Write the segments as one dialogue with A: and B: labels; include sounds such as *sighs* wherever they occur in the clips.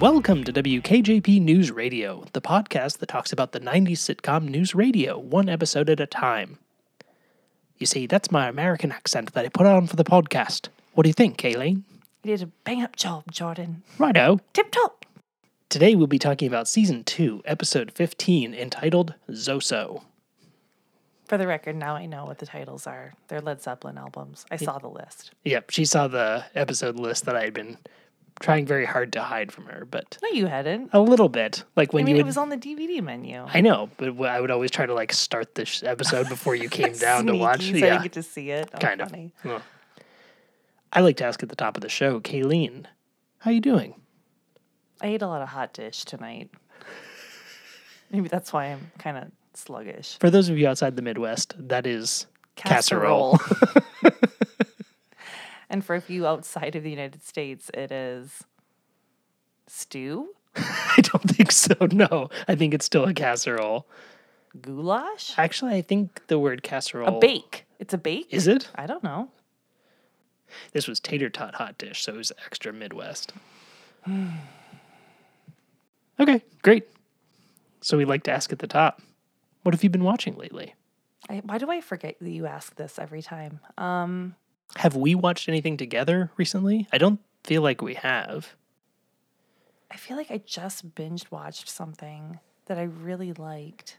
A: Welcome to WKJP News Radio, the podcast that talks about the 90s sitcom News Radio, one episode at a time. You see, that's my American accent that I put on for the podcast. What do you think, Kayleen?
B: You did a bang up job, Jordan.
A: Righto.
B: Tip top.
A: Today we'll be talking about Season 2, Episode 15, entitled Zoso.
B: For the record, now I know what the titles are. They're Led Zeppelin albums. I saw the list.
A: Yep, she saw the episode list that I had been trying very hard to hide from her, but
B: No, you hadn't.
A: a little bit. Like when
B: I mean,
A: Oh, you
B: it
A: would,
B: was on the DVD menu.
A: I know, but wh- I would always try to like start this episode before
B: *laughs*
A: you came down to watch.
B: Sneaky, So I didn't get to see it. Oh,
A: kind
B: funny.
A: of. Ugh. I like to ask at the top of the show, Kayleen, how you doing?
B: I ate a lot of hot dish tonight. Maybe that's why I'm kind of sluggish.
A: For those of you outside the Midwest, that is casserole.
B: *laughs* and for a few outside of the United States, it is stew,
A: *laughs* I don't think so. No, I think it's still a casserole.
B: goulash,
A: Actually, I think the word
B: a
A: casserole
B: bake. It's a bake.
A: is it.
B: I don't know.
A: This was tater tot hot dish, so it was extra Midwest. *sighs* okay, great. So we like to ask at the top, what have you been watching lately?
B: I, why do I forget that you ask this every time? Um,
A: Have we watched anything together recently? I don't feel like we have.
B: I feel like I just binge watched something that I really liked,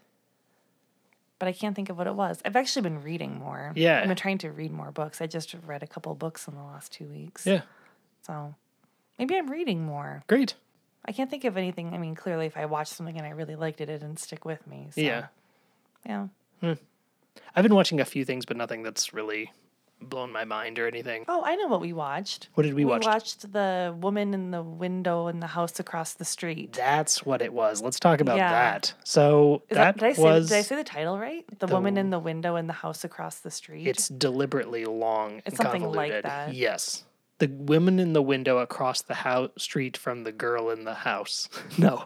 B: but I can't think of what it was. I've actually been reading more.
A: Yeah.
B: I've been trying to read more books. I just read a couple books in the last two weeks.
A: Yeah,
B: So maybe I'm reading more.
A: great.
B: I can't think of anything. I mean, clearly, if I watched something and I really liked it, it didn't stick with me. So,
A: Yeah.
B: Yeah.
A: I've been watching a few things, but nothing that's really blown my mind or anything.
B: Oh, I know what we watched.
A: What did we
B: we
A: watch?
B: watched the woman in the window in the house across the street.
A: That's what it was. Let's talk about
B: Yeah.
A: that. So
B: Is
A: that,
B: that, did, I say,
A: was
B: did I say the title right? The, woman in the window in the house across the street.
A: it's deliberately long and
B: It's something like
A: convoluted.
B: that.
A: Yes. The women in the window across the house street from the girl in the house. *laughs* No.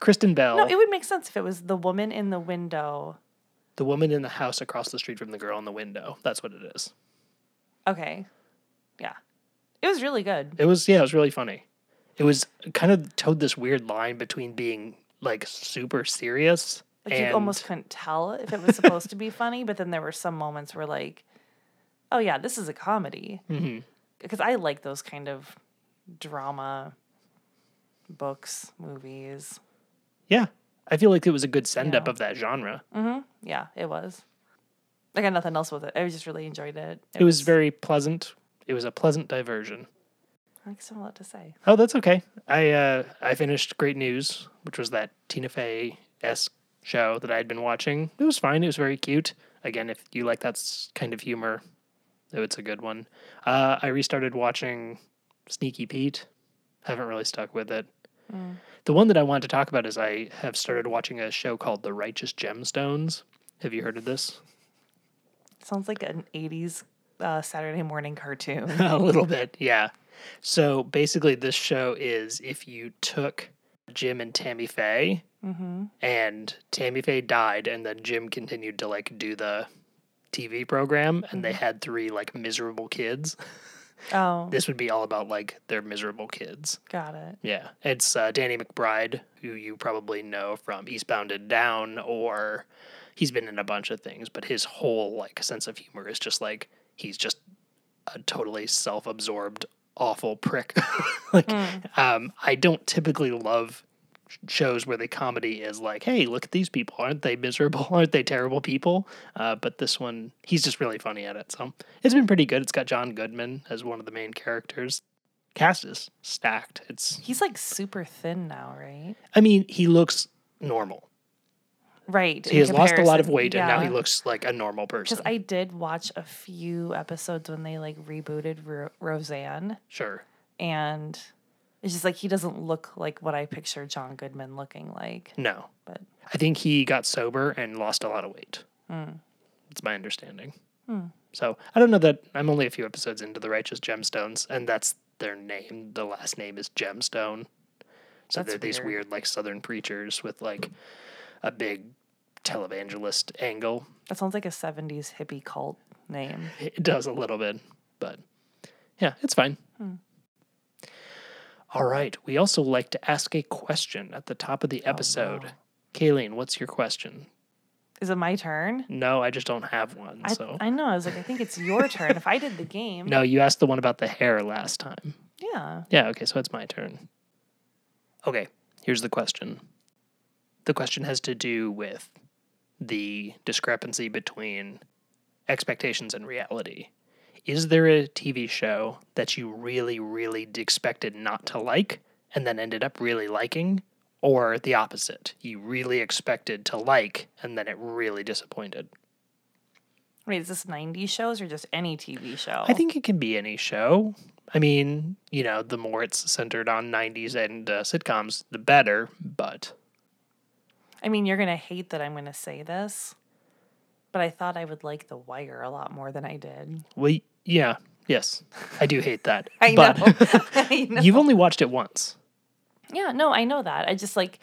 A: Kristen Bell,
B: no, it would make sense if it was the woman in the window.
A: the woman in the house across the street from the girl in the window. That's what it is.
B: Okay, yeah, it was really good.
A: It was yeah, it was really funny. It was kind of towed this weird line between being like super serious
B: Like
A: and
B: you almost couldn't tell if it was
A: *laughs*
B: supposed to be funny, but then there were some moments where like, oh yeah, this is a comedy.
A: Mm-hmm.
B: Because I like those kind of drama books, movies.
A: yeah. I feel like it was a good send up of that genre.
B: Yeah, it was. I got nothing else with it. I just really enjoyed it.
A: It was very pleasant. It was a pleasant diversion.
B: I guess I'm allowed to say.
A: Oh, that's okay. I uh, I finished Great News, which was that Tina Fey esque show that I had been watching. It was fine. It was very cute. Again, if you like that s- kind of humor, though it's a good one. Uh, I restarted watching Sneaky Pete. Haven't really stuck with it. The one that I wanted to talk about is I have started watching a show called The Righteous Gemstones. Have you heard of this?
B: Sounds like an '80s uh, Saturday morning *laughs* cartoon.
A: *laughs* a little bit, yeah. So basically, this show is if you took Jim and Tammy Faye, and Tammy Faye died, and then Jim continued to like do the TV program, and they had three like miserable kids.
B: oh,
A: This would be all about like their miserable kids.
B: got it.
A: Yeah, it's uh, Danny McBride, who you probably know from Eastbound and Down, or he's been in a bunch of things. But his whole like sense of humor is just like he's just a totally self-absorbed, awful prick. *laughs* like, um, I don't typically love sh- shows where the comedy is like, "Hey, look at these people! Aren't they miserable? *laughs* Aren't they terrible people?" Uh, but this one, he's just really funny at it. So it's been pretty good. It's got John Goodman as one of the main characters. Cast is stacked. It's
B: He's like super thin now, right?
A: I mean, he looks normal.
B: Right.
A: He has lost a lot of weight and now he looks like a normal person.
B: Because I did watch a few episodes when they like rebooted Ro- Roseanne,
A: sure.
B: and it's just like he doesn't look like what I picture John Goodman looking like.
A: No.
B: But
A: I think he got sober and lost a lot of weight.
B: Hmm.
A: That's my understanding. So I don't know that I'm only a few episodes into the Righteous Gemstones, and that's their name. The last name is Gemstone. So
B: That's
A: they're these
B: weird.
A: weird like Southern preachers with like a big televangelist angle.
B: that sounds like a '70s hippie cult name. Hmm.
A: It does a little bit, but yeah, it's fine. All right. We also like to ask a question at the top of
B: Oh,
A: the episode. Kayleen, what's your question?
B: Is it my turn?
A: No, I just don't have one.
B: I,
A: so
B: I know. I was like, I think it's your turn. If I
A: *laughs*
B: did the game,
A: no, you asked the one about the hair last time.
B: yeah.
A: Yeah, okay, so it's my turn. Okay, here's the question. The question has to do with the discrepancy between expectations and reality. Is there a TV show that you really, really d- expected not to like and then ended up really liking? Or the opposite, you really expected to like and then it really disappointed?
B: Wait, is this '90s shows or just any TV show?
A: I think it can be any show. I mean, you know, the more it's centered on 90s and uh, sitcoms, the better, but
B: I mean, you're gonna hate that I'm gonna say this, but I thought I would like The Wire a lot more than I did.
A: well, yeah, yes, I do hate that.
B: *laughs* I
A: but
B: know. I know.
A: *laughs* you've only watched it once.
B: Yeah, no, I know that. I just like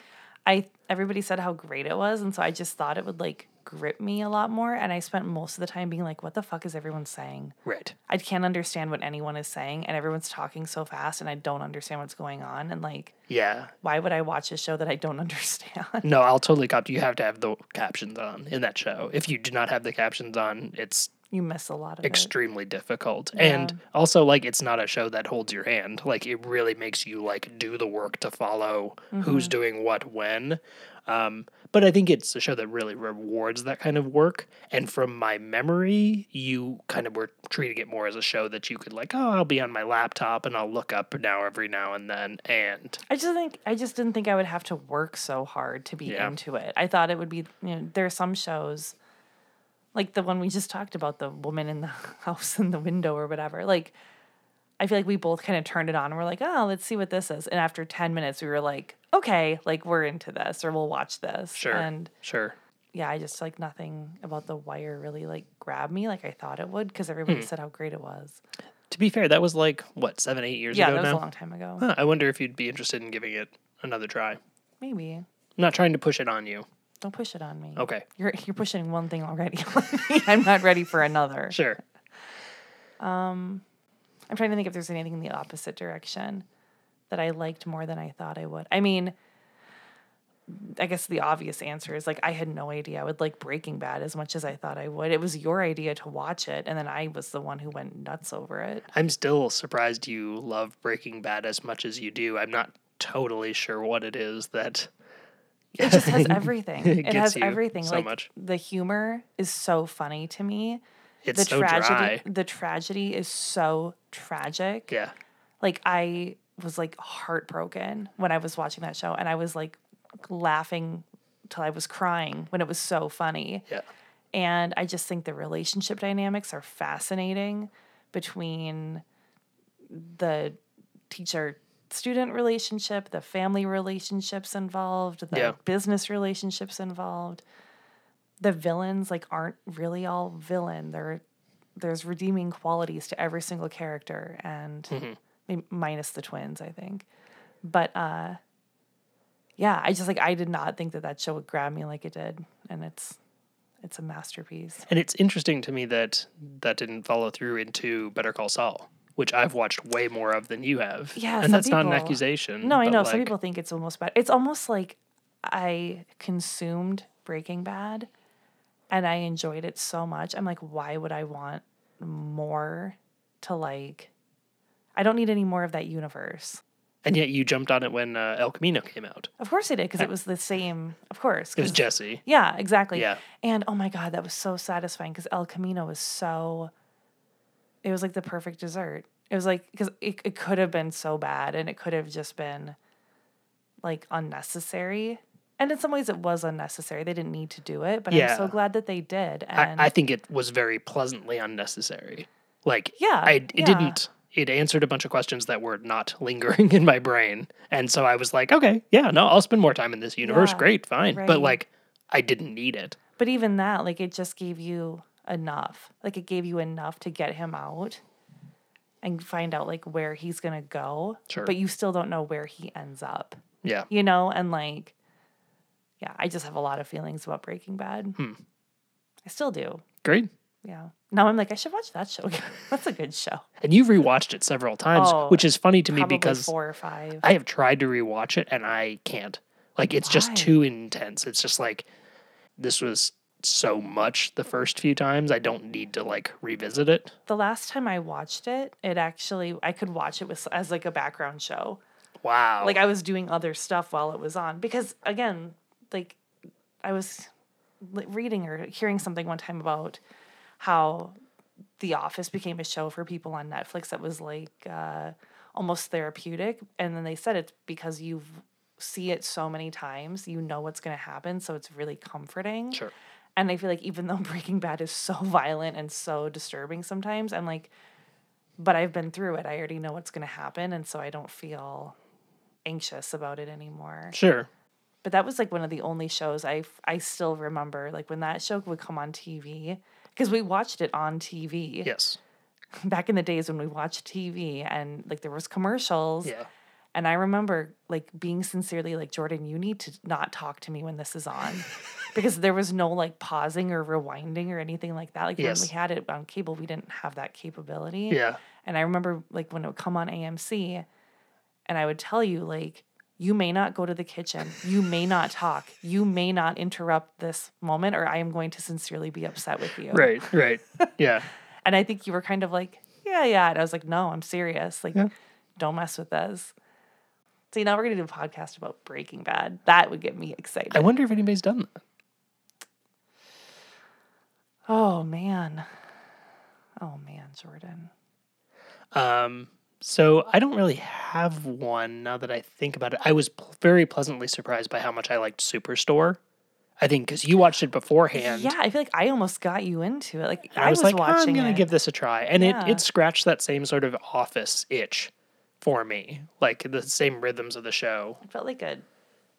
B: I everybody said how great it was, and so I just thought it would like grip me a lot more. And I spent most of the time being like, "What the fuck is everyone saying?
A: Right.
B: I can't understand what anyone is saying, and everyone's talking so fast, and I don't understand what's going on. And like,
A: Yeah.
B: why would I watch a show that I don't *laughs* understand?
A: No, I'll totally cop. You have to have the captions on in that show. If you do not have the captions on, it's
B: you miss a lot of it.
A: extremely difficult. And also, like, it's not a show that holds your hand. Like, it really makes you like do the work to follow who's
B: Mm-hmm.
A: doing what when. Um, but I think it's a show that really rewards that kind of work. And from my memory, you kind of were treating it more as a show that you could like, oh, I'll be on my laptop and I'll look up now every now and then. And
B: I just think I just didn't think I would have to work so hard to be
A: Yeah.
B: into it. I thought it would be you know, there are some shows like the one we just talked about, the woman in the *laughs* house in the window or whatever. Like I feel like we both kind of turned it on and we're like, oh, let's see what this is. And after 10 minutes we were like, okay, like we're into this or we'll watch this.
A: sure,
B: And
A: sure,
B: yeah, I just like nothing about the wire really like grabbed me like I thought it would because
A: Hmm.
B: everybody said how great it was.
A: to be fair, that was like what seven, eight years
B: Yeah,
A: ago
B: that was
A: now.
B: a long time ago.
A: Huh, I wonder if you'd be interested in giving it another try. I'm
B: Maybe.
A: not trying to push it on you.
B: Don't push it on me.
A: Okay,
B: You're you're pushing one thing already. *laughs* I'm not ready for another.
A: sure.
B: I'm trying to think if there's anything in the opposite direction that I liked more than I thought I would. I mean, I guess the obvious answer is like I had no idea I would like Breaking Bad as much as I thought I would. It was your idea to watch it, and then I was the one who went nuts over
A: *laughs*
B: it.
A: *laughs* I'm still surprised you love Breaking Bad as much as you do. I'm not totally sure what it is that.
B: It just has everything.
A: It
B: It,
A: gets
B: has
A: you
B: everything.
A: so
B: like
A: much.
B: the humor is so funny to me.
A: It's
B: The
A: so dry.
B: tragedy the tragedy is so tragic.
A: Yeah.
B: like I was like heartbroken when I was watching that show and I was like laughing till I was crying when it was so funny.
A: Yeah.
B: And I just think the relationship dynamics are fascinating between the teacher student relationship, the family relationships involved, the
A: Yeah.
B: business relationships involved. The villains like aren't really all villain. They're there's redeeming qualities to every single character and m- minus the twins, I think. But uh yeah, I just like I did not think that that show would grab me like it did and it's it's a masterpiece.
A: And it's interesting to me that that didn't follow through into Better Call Saul, which I've watched way more of than you have.
B: Yeah,
A: And
B: some
A: that's not an
B: people-
A: accusation.
B: No, I
A: Mm, but,
B: know some
A: like,
B: people think it's almost bad. It's almost like I consumed Breaking Bad and I enjoyed it so much. I'm like why would I want more to like I don't need any more of that universe.
A: And yet you jumped on it when uh, El Camino came out.
B: Of course I did
A: Eh.
B: because it was the same. Of course,
A: It was
B: 'cause-
A: Jesse.
B: Yeah, exactly.
A: Yeah.
B: And oh my God, that was so satisfying because El Camino was so, it was like the perfect dessert. It was like, because it, it could have been so bad and it could have just been like unnecessary. And in some ways, it was unnecessary. They didn't need to do it, but I'm
A: Yeah.
B: so glad that they did. And
A: I, I think it was very pleasantly unnecessary. Like,
B: Yeah,
A: I, it
B: yeah.
A: didn't. It answered a bunch of questions that were not *laughs* lingering in my brain, and so I was like, okay, yeah, no, I'll spend more time in this universe.
B: Yeah,
A: Great, fine,
B: right.
A: but like, I didn't need it.
B: But even that, like it just gave you enough. Like it gave you enough to get him out and find out like where he's gonna go.
A: Sure.
B: But you still don't know where he ends up.
A: Yeah,
B: You know, and like yeah, I just have a lot of feelings about Breaking Bad. I still do.
A: great.
B: Yeah. Now I'm like, I should watch that show. again. *laughs* That's a good show.
A: And you've rewatched it several times,
B: Oh,
A: which is funny to me
B: Probably
A: because
B: four or five.
A: I have tried to rewatch it and I can't. Like it's just
B: Why?
A: too intense. It's just like this was so much the first few times. I don't need to like revisit it.
B: the last time I watched it, it actually I could watch it with as like a background show.
A: Wow.
B: Like I was doing other stuff while it was on because again, like I was li- reading or hearing something one time about how The Office became a show for people on Netflix that was like uh, almost therapeutic, and then they said it's because you see it so many times, you know what's going to happen, so it's really comforting.
A: sure.
B: And I feel like even though *laughs* Breaking Bad is so violent and so disturbing sometimes, I'm like, but I've been through it. I already know what's going to happen. And so I don't feel anxious about it anymore.
A: Sure.
B: But that was like one of the only shows I, I still remember. Like when that show would come on TV, because we watched it on TV
A: Yes.
B: *laughs* back in the days when we watched TV and like there was commercials.
A: Yeah.
B: And I remember like being sincerely like, Jordan, you need to not talk to me when this
A: *laughs*
B: is on. because there was no like pausing or rewinding or anything like that. Like
A: Yes.
B: when we had it on cable, we didn't have that capability.
A: Yeah.
B: And I remember like when it would come on AMC and I would tell you like, you may not go to the kitchen. You may not talk. You may not interrupt this moment, or I am going to sincerely be upset with you.
A: Right.
B: *laughs*
A: Right. yeah.
B: And I think you were kind of like, yeah, yeah. And I was like, no, I'm serious. Like, don't mess with this. See, now we're going to do a podcast about Breaking Bad. That would get me excited.
A: I wonder if anybody's done that.
B: oh, man. Oh, man, Jordan.
A: Um, so I don't really have one now that I think about it. I was pl- very pleasantly surprised by how much I liked Superstore. I think because you watched it beforehand.
B: yeah, I feel like I almost got you into it. Like,
A: And I, was, like,
B: watching
A: I'm going
B: it.
A: to give this a try. And it,
B: Yeah.
A: it scratched that same sort of office itch for me, like the same rhythms of the show.
B: It felt like a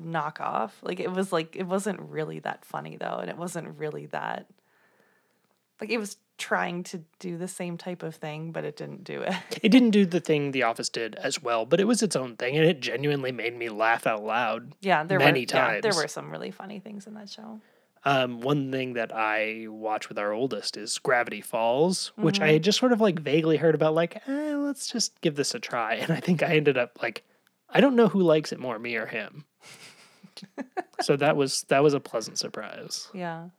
B: knockoff. Like, it was like, it wasn't really that funny, though. And it wasn't really that, like, it was trying to do the same type of thing, but it didn't do it.
A: It didn't do the thing The Office did as well, but it was its own thing. And it genuinely made me laugh out loud.
B: Yeah, there
A: many
B: were, yeah, there
A: times.
B: were some really funny things in that show.
A: Um, one thing that I watch with our oldest is Gravity Falls, which I
B: Mm-hmm.
A: had just sort of like vaguely heard about, like, eh, let's just give this a try. And I think I ended up like, I don't know who likes it more, me or
B: *laughs*
A: him. so that was that was a pleasant surprise.
B: Yeah.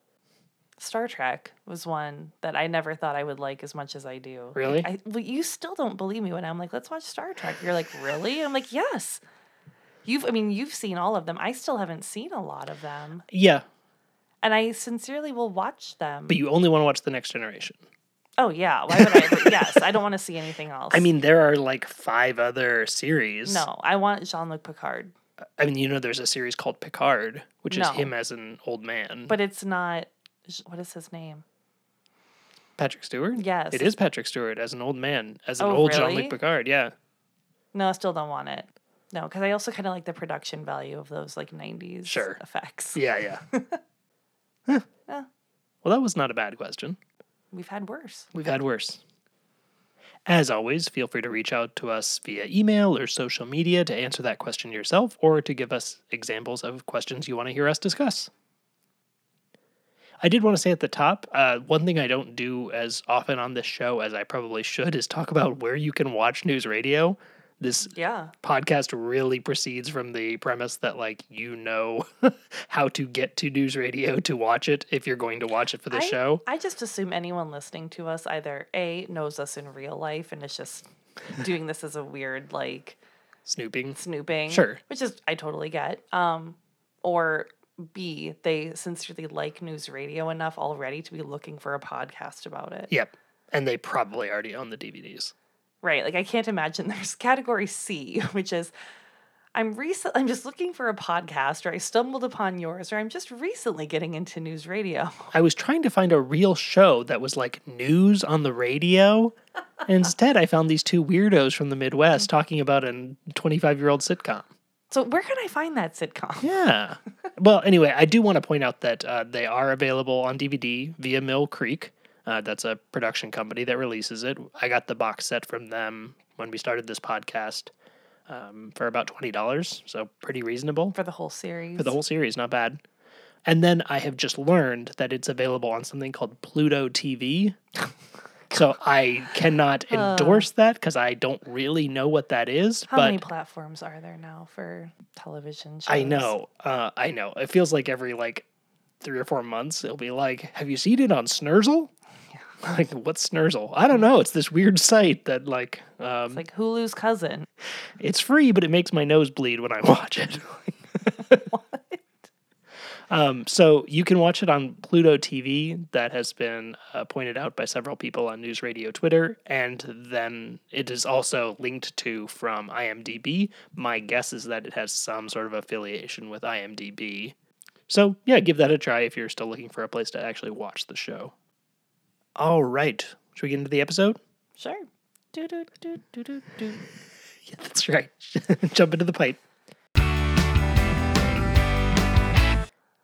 B: Star Trek was one that I never thought I would like as much as I do. Like,
A: Really?
B: I, well, you still don't believe me when I'm like, let's watch Star Trek. You're like, really? I'm like, yes. You've, I mean, you've seen all of them. I still haven't seen a lot of them,
A: Yeah,
B: and I sincerely will watch them.
A: but you only want to watch the Next Generation.
B: oh yeah, why would I? Ever, yes, I don't want to see anything else.
A: I mean, there are like five other series.
B: no, I want Jean
A: Mm.
B: Luc Picard,
A: I mean, you know, there's a series called Picard, which is
B: No.
A: him as an old man.
B: but it's not. What is his name?
A: Patrick Stewart.
B: Yes.
A: it is Patrick Stewart as an old man, as an
B: Oh,
A: old
B: really?
A: Jean-Luc Picard. Yeah.
B: No, I still don't want it. No, because I also kind of like the production value of those like '90s
A: Sure.
B: effects.
A: Yeah, yeah. *laughs*
B: Yeah.
A: Well, that was not a bad question.
B: We've had worse.
A: We've had worse. As always, feel free to reach out to us via email or social media to answer that question yourself or to give us examples of questions you want to hear us discuss. I did want to say at the top uh, one thing I don't do as often on this show as I probably should is talk about where you can watch news radio. This
B: Yeah.
A: podcast really proceeds from the premise that like you know *laughs* how to get to news radio to watch it if you're going to watch it for the
B: I-
A: show
B: I just assume anyone listening to us either A knows us in real life and is just doing this as a weird like
A: snooping
B: snooping.
A: Sure.
B: Which is I totally get. Um or B, they sincerely like news radio enough already to be looking for a podcast about it.
A: yep and they probably already own the dvds
B: Right. Like I can't imagine *laughs* there's category C, *laughs* which is I'm recent I'm just looking for a podcast or I stumbled upon yours or I'm just recently getting into news radio. *laughs*
A: i was trying to find a real show that was like news on the radio and instead i found these two weirdos from the midwest talking about a 25 year old sitcom
B: So where can I find that sitcom?
A: yeah well anyway i do want to point out that uh, they are available on dvd via mill creek uh, that's a production company that releases it i got the box set from them when we started this podcast um, for about $20 so pretty reasonable
B: For the whole series.
A: for the whole series. Not bad. And then I have just learned that it's available on something called Pluto TV. so I
B: *laughs*
A: cannot endorse that because I don't really know what that is.
B: How
A: but
B: many platforms are there now for television shows?
A: I know. Uh, I know. It feels like every like three or four months it'll be like, "Have you seen it on Snurzel?" *laughs* Like, what's Snurzel? I don't know. It's this weird site that like um,
B: It's like Hulu's cousin.
A: it's free, but it makes my nose bleed when I *laughs* watch it. Um, so you can watch it on Pluto TV. That has been uh, pointed out by several people on News Radio Twitter, and then it is also linked to from IMDb. My guess is that it has some sort of affiliation with IMDb. So yeah, give that a try if you're still looking for a place to actually watch the show. All right, should we get into the episode?
B: Sure. Do do do do do do.
A: Yeah, *laughs* that's right. Jump into the pipe.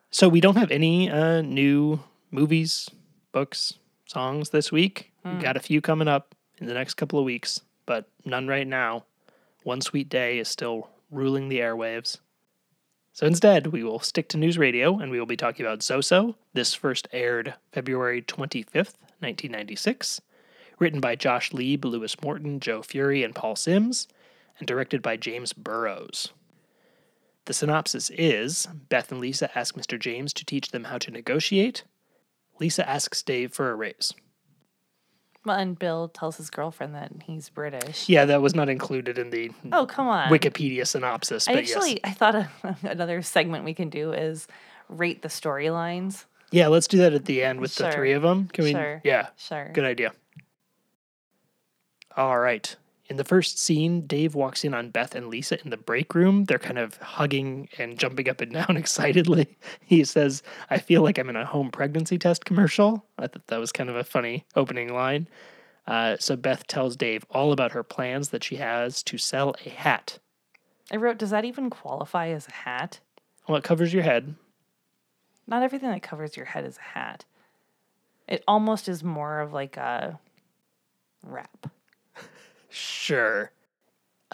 A: So we don't have any uh, new movies, books, songs this week. We've got a few coming up in the next couple of weeks, but none right now. One Sweet Day is still ruling the airwaves. So instead, we will stick to news radio and we will be talking about Zoso. This first aired February 25th, 1996 written by Josh Lieb, Lewis Morton, Joe Fury, and Paul Sims, and directed by James Burrows. The synopsis is Beth and Lisa ask Mr. James to teach them how to negotiate. Lisa asks Dave for a raise.
B: Well, And Bill tells his girlfriend that he's British.
A: Yeah, that was not included in the
B: Oh come on.
A: Wikipedia synopsis,
B: I
A: but
B: actually
A: yes.
B: I thought of *laughs* another segment we can do is rate the storylines.
A: Yeah, let's do that at the end with the
B: Sure.
A: three of them. Can we?
B: Sure.
A: Yeah,
B: Sure.
A: Good idea. All right. In the first scene, Dave walks in on Beth and Lisa in the break room. They're kind of hugging and jumping up and *laughs* down excitedly. He says, I feel like I'm in a home pregnancy test commercial. I thought that was kind of a funny opening line. Uh, so Beth tells Dave all about her plans that she has to sell a hat.
B: I wrote, does that even qualify as a hat?
A: Well, it covers your head.
B: Not everything that covers your head is a hat. It almost is more of like a wrap.
A: Sure.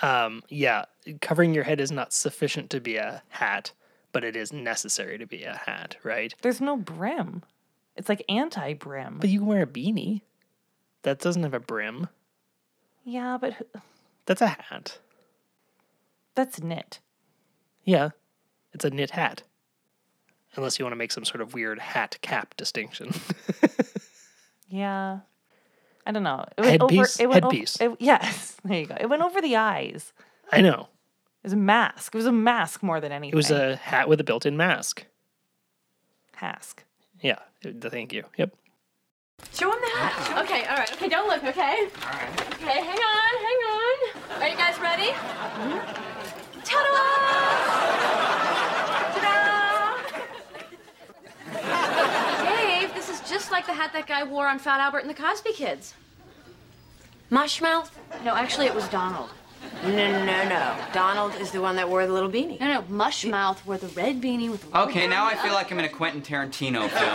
A: Um, yeah, covering your head is not sufficient to be a hat, but it is necessary to be a hat, right?
B: There's no brim. It's like anti brim.
A: But you can wear a beanie. That doesn't have a brim.
B: Yeah, but who-
A: That's a hat.
B: that's knit.
A: Yeah. It's a knit hat. Unless you want to make some sort of weird hat cap distinction. *laughs*
B: Yeah. I don't know. It
A: Headpiece?
B: Over, it went
A: Headpiece.
B: Over, it, yes. *laughs* There you go. It went over the eyes.
A: I know.
B: It was a mask. It was a mask more than anything.
A: It was a hat with a built in mask.
B: mask.
A: Yeah. th- Thank you. Yep.
C: Show him the
D: Ah.
C: hat. Okay, all right. Okay, don't look, okay? All right. Okay, hang on, hang on. Are you guys ready? Ta-da! Ta-da! Dave, this is just like the hat that guy wore on Fat Albert and the Cosby Kids.
E: Mushmouth?
C: No, actually, it was Donald.
E: No, no, no, no. Donald is the one that wore the little beanie.
C: No, no, Mushmouth wore the red beanie with the
D: Okay, now I feel like I'm in a Quentin Tarantino film.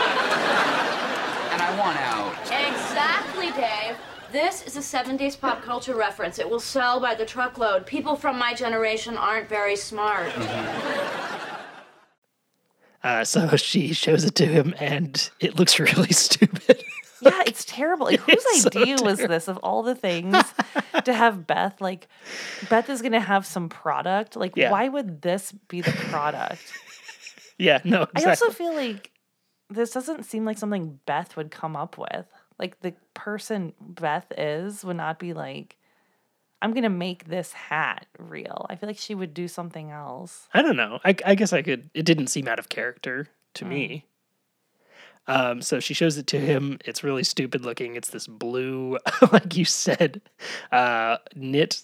D: and I want out.
C: Exactly, Dave. This is a 70s pop culture reference. It will sell by the truckload. People from my generation aren't very smart.
A: Uh, so *laughs* she shows it to him, and it looks *laughs* really stupid. *laughs*
B: Yeah, it's terrible. Like, whose
A: It's so
B: idea was this of all
A: *laughs*
B: the things to have Beth? Like, Beth is going to have some product. Like,
A: Yeah.
B: why would this be the product?
A: yeah. No. Exactly.
B: I also feel like this doesn't seem like something Beth would come up with. Like, the person Beth is would not be like, I'm going to make this hat real. I feel like she would do something else.
A: I don't know. I, I guess I could. It didn't seem out of character to me. Um, so she shows it to him. It's really stupid looking. It's this blue, *laughs* like you said, uh, knit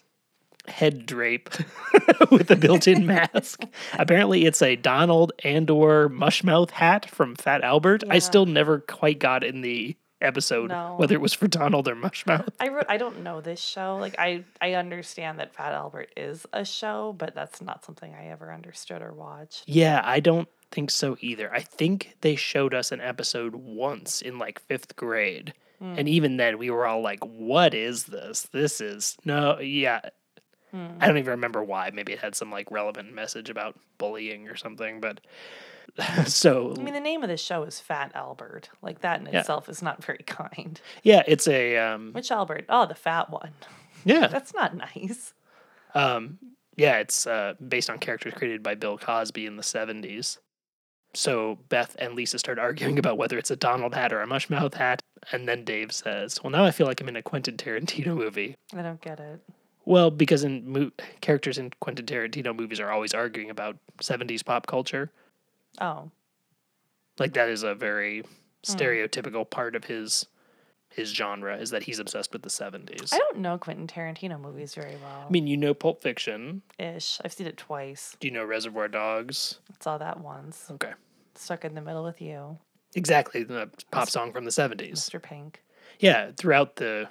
A: head drape *laughs* with a built-in mask. Apparently, it's a Donald and/or Mushmouth hat from Fat Albert. I still never quite got in the episode
B: No.
A: whether it was for Donald or Mushmouth.
B: I wrote, I don't know this show. Like I I understand that Fat Albert is a show, but that's not something I ever understood or watched.
A: Yeah, I don't think so either. I think they showed us an episode once in like fifth grade.
B: Hmm.
A: And even then, we were all like, what is this? This is no, yeah.
B: Hmm.
A: I don't even remember why. Maybe it had some like relevant message about bullying or something. But *laughs* so
B: I mean, the name of the show is Fat Albert. Like that in
A: Mm. Yeah.
B: itself is not very *laughs* kind.
A: yeah, it's a um,
B: Which Albert? Oh, the fat one.
A: yeah
B: That's not nice.
A: Um, yeah it's uh, based on characters created by Bill Cosby in the seventies. So Beth and Lisa start *laughs* arguing about whether it's a Donald hat or a Mushmouth hat, and then Dave says, "Well, now I feel like I'm in a Quentin Tarantino movie."
B: I don't get it.
A: Well, because in mo- characters in Quentin Tarantino movies are always arguing about 70s pop culture.
B: Oh,
A: Like that is a very
B: Hmm.
A: stereotypical part of his his genre is that he's obsessed with the 70s.
B: I
A: I,
B: don't know Quentin Tarantino movies very well.
A: mean, you know Pulp Fiction,
B: Ish. I've seen it twice.
A: do you know Reservoir Dogs?
B: Saw that once.
A: Okay.
B: Stuck in the middle with you,
A: Exactly, the pop song from the 70s.
B: Mr. Pink.
A: Yeah, throughout the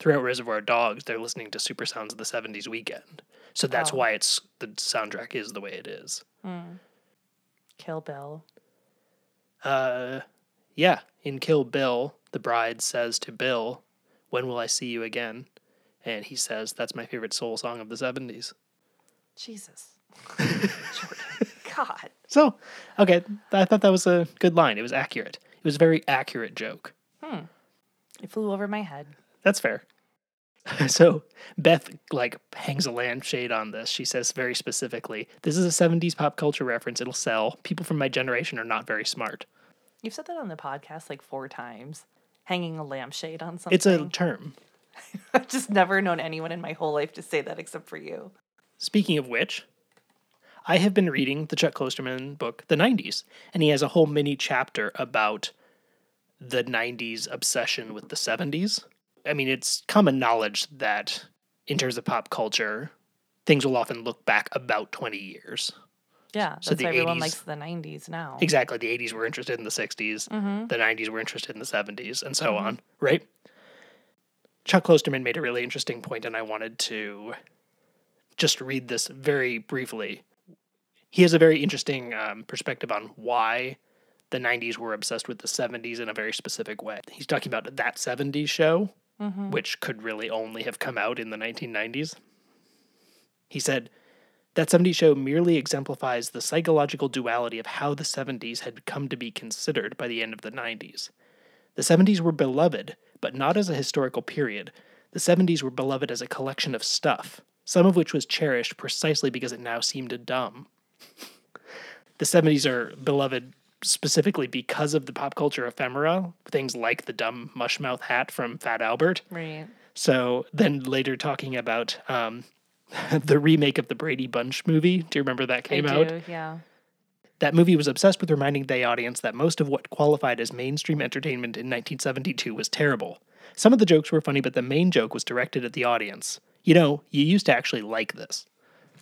A: throughout Reservoir Dogs, they're listening to super sounds of the 70s weekend. So that's why it's the soundtrack is the way it is.
B: Kill Bill.
A: Uh, yeah, in Kill Bill, the bride says to Bill, "When will I see you again?" And he says, "That's my favorite soul song of the '70s." *laughs*
B: Jesus. God.
A: So, okay, I thought that was a good line. It was accurate. It was a very accurate joke.
B: It flew over my head.
A: That's fair. *laughs* so Beth like hangs a lampshade on this. She says very specifically, "This is a '70s pop culture reference. It'll sell. People from my generation are not very smart."
B: You've said that on the podcast like four times. Hanging a lampshade on something. *laughs*
A: It's a term.
B: I've just never known anyone in my whole life to say that except for you.
A: Speaking of which, I have been reading the Chuck Klosterman book, The 90s, and he has a whole mini chapter about the 90s obsession with the 70s. I mean, it's common knowledge that in terms of pop culture, things will often look back about 20 years.
B: Yeah, that's
A: the
B: why everyone
A: 80s
B: likes the 90s now.
A: Exactly. The 80s were interested in the 60s, the 90s were interested in the 70s, and so on, right? Chuck Klosterman made a really interesting point, and I wanted to just read this very briefly. He has a very interesting um, perspective on why the 90s were obsessed with the 70s in a very specific way. He's talking about that 70s show, which could really only have come out in the 1990s. He said, that 70s show merely exemplifies the psychological duality of how the 70s had come to be considered by the end of the 90s. The 70s were beloved, but not as a historical period. The 70s were beloved as a collection of stuff, some of which was cherished precisely because it now seemed dumb. the 70s are beloved specifically because of the pop culture ephemera, things like the dumb mushmouth hat from Fat Albert.
B: Right.
A: So then later talking about um, *laughs* the remake of the Brady Bunch movie. Do you remember that came
B: I
A: out?
B: do, yeah.
A: That movie was obsessed with reminding the audience that most of what qualified as mainstream entertainment in 1972 was terrible. Some of the jokes were funny, but the main joke was directed at the audience. You know, you used to actually like this.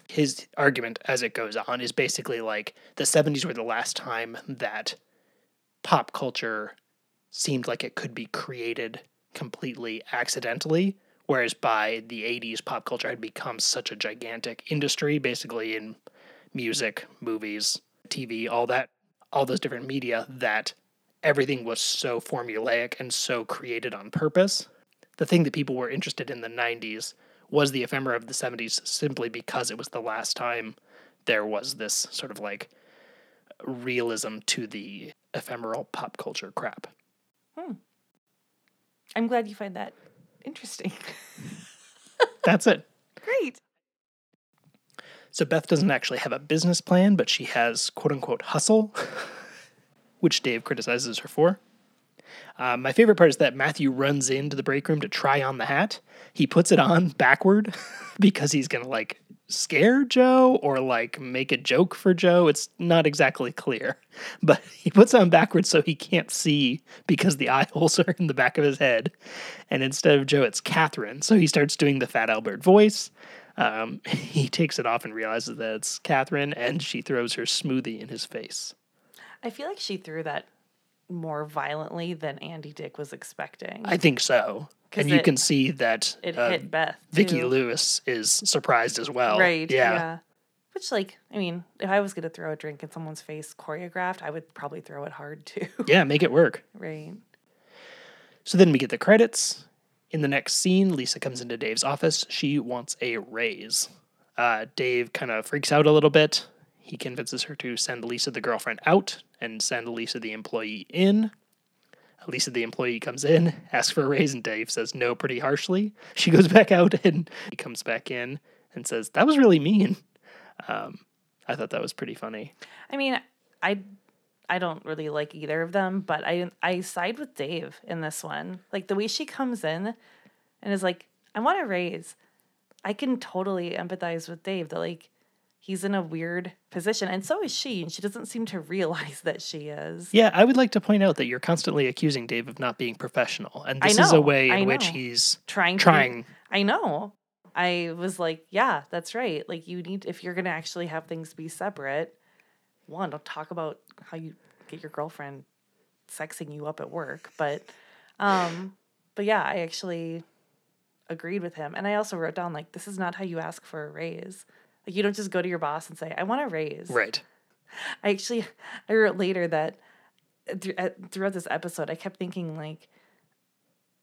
A: His argument as it goes on is basically like the 70s were the last time that pop culture seemed like it could be created completely accidentally, whereas by the 80s, pop culture had become such a gigantic industry, basically in music, movies, TV, all that, all those different media, that everything was so formulaic and so created on purpose. The thing that people were interested in the 90s was the ephemera of the 70s simply because it was the last time there was this sort of like realism to the ephemeral pop culture crap.
B: I'm glad you find that interesting. *laughs*
A: That's it.
B: Great.
A: So Beth doesn't actually have a business plan, but she has quote unquote hustle, *laughs* which Dave criticizes her for. Uh, my favorite part is that Matthew runs into the break room to try on the hat. He puts it on backward *laughs* because he's going to like scare Joe or like make a joke for Joe. It's not exactly clear, *laughs* but he puts it on backwards so he can't see because the *laughs* eye holes are in the back of his head. And instead of Joe, it's Catherine. So he starts doing the Fat Albert voice. Um, *laughs* he takes it off and realizes that it's Catherine, and she throws her smoothie in his face.
B: I feel like she threw that more violently than Andy Dick was expecting.
A: I think so.
B: 'Cause
A: And you
B: it-
A: can see that
B: it
A: uh,
B: hit Beth.
A: Vicky
B: too.
A: Lewis is surprised as well.
B: Right.
A: Yeah.
B: Which, like, I mean, if I was going to throw a drink in someone's face choreographed, I would probably throw it hard too. *laughs*
A: Yeah, make it work.
B: right.
A: So then we get the credits. In the next scene, Lisa comes into Dave's office. She wants a raise. Uh, Dave kind of freaks out a little bit. He convinces her to send Lisa, the girlfriend, out and send Lisa, the employee, in. Lisa, the employee, comes in, *laughs* asks for a raise, and Dave says no pretty harshly. She goes back out *laughs* and he comes back in and says, That was really mean. Um, I thought that was pretty funny.
B: I mean, I I don't really like either of them, but I I side with Dave in this one. Like the way she comes in and is like, "I want a raise." I can totally empathize with Dave that like he's in a weird position and so is she and she doesn't seem to realize *laughs* that she is.
A: Yeah, I would like to point out that you're constantly accusing Dave of not being professional, and
B: I
A: this is a
B: know,
A: way in
B: I
A: which
B: know.
A: he's
B: Trying to-
A: trying.
B: I know. I was like, yeah, that's right. Like you need if you're going to actually have things be separate, one, don't talk about how you get your girlfriend sexing you up at work, but um but yeah, I actually agreed with him. And I also wrote down like this is not how you ask for a raise. Like you don't just go to your boss and say, "I want a raise."
A: Right.
B: I actually *laughs* I wrote later that thr- uh, throughout this episode I kept thinking like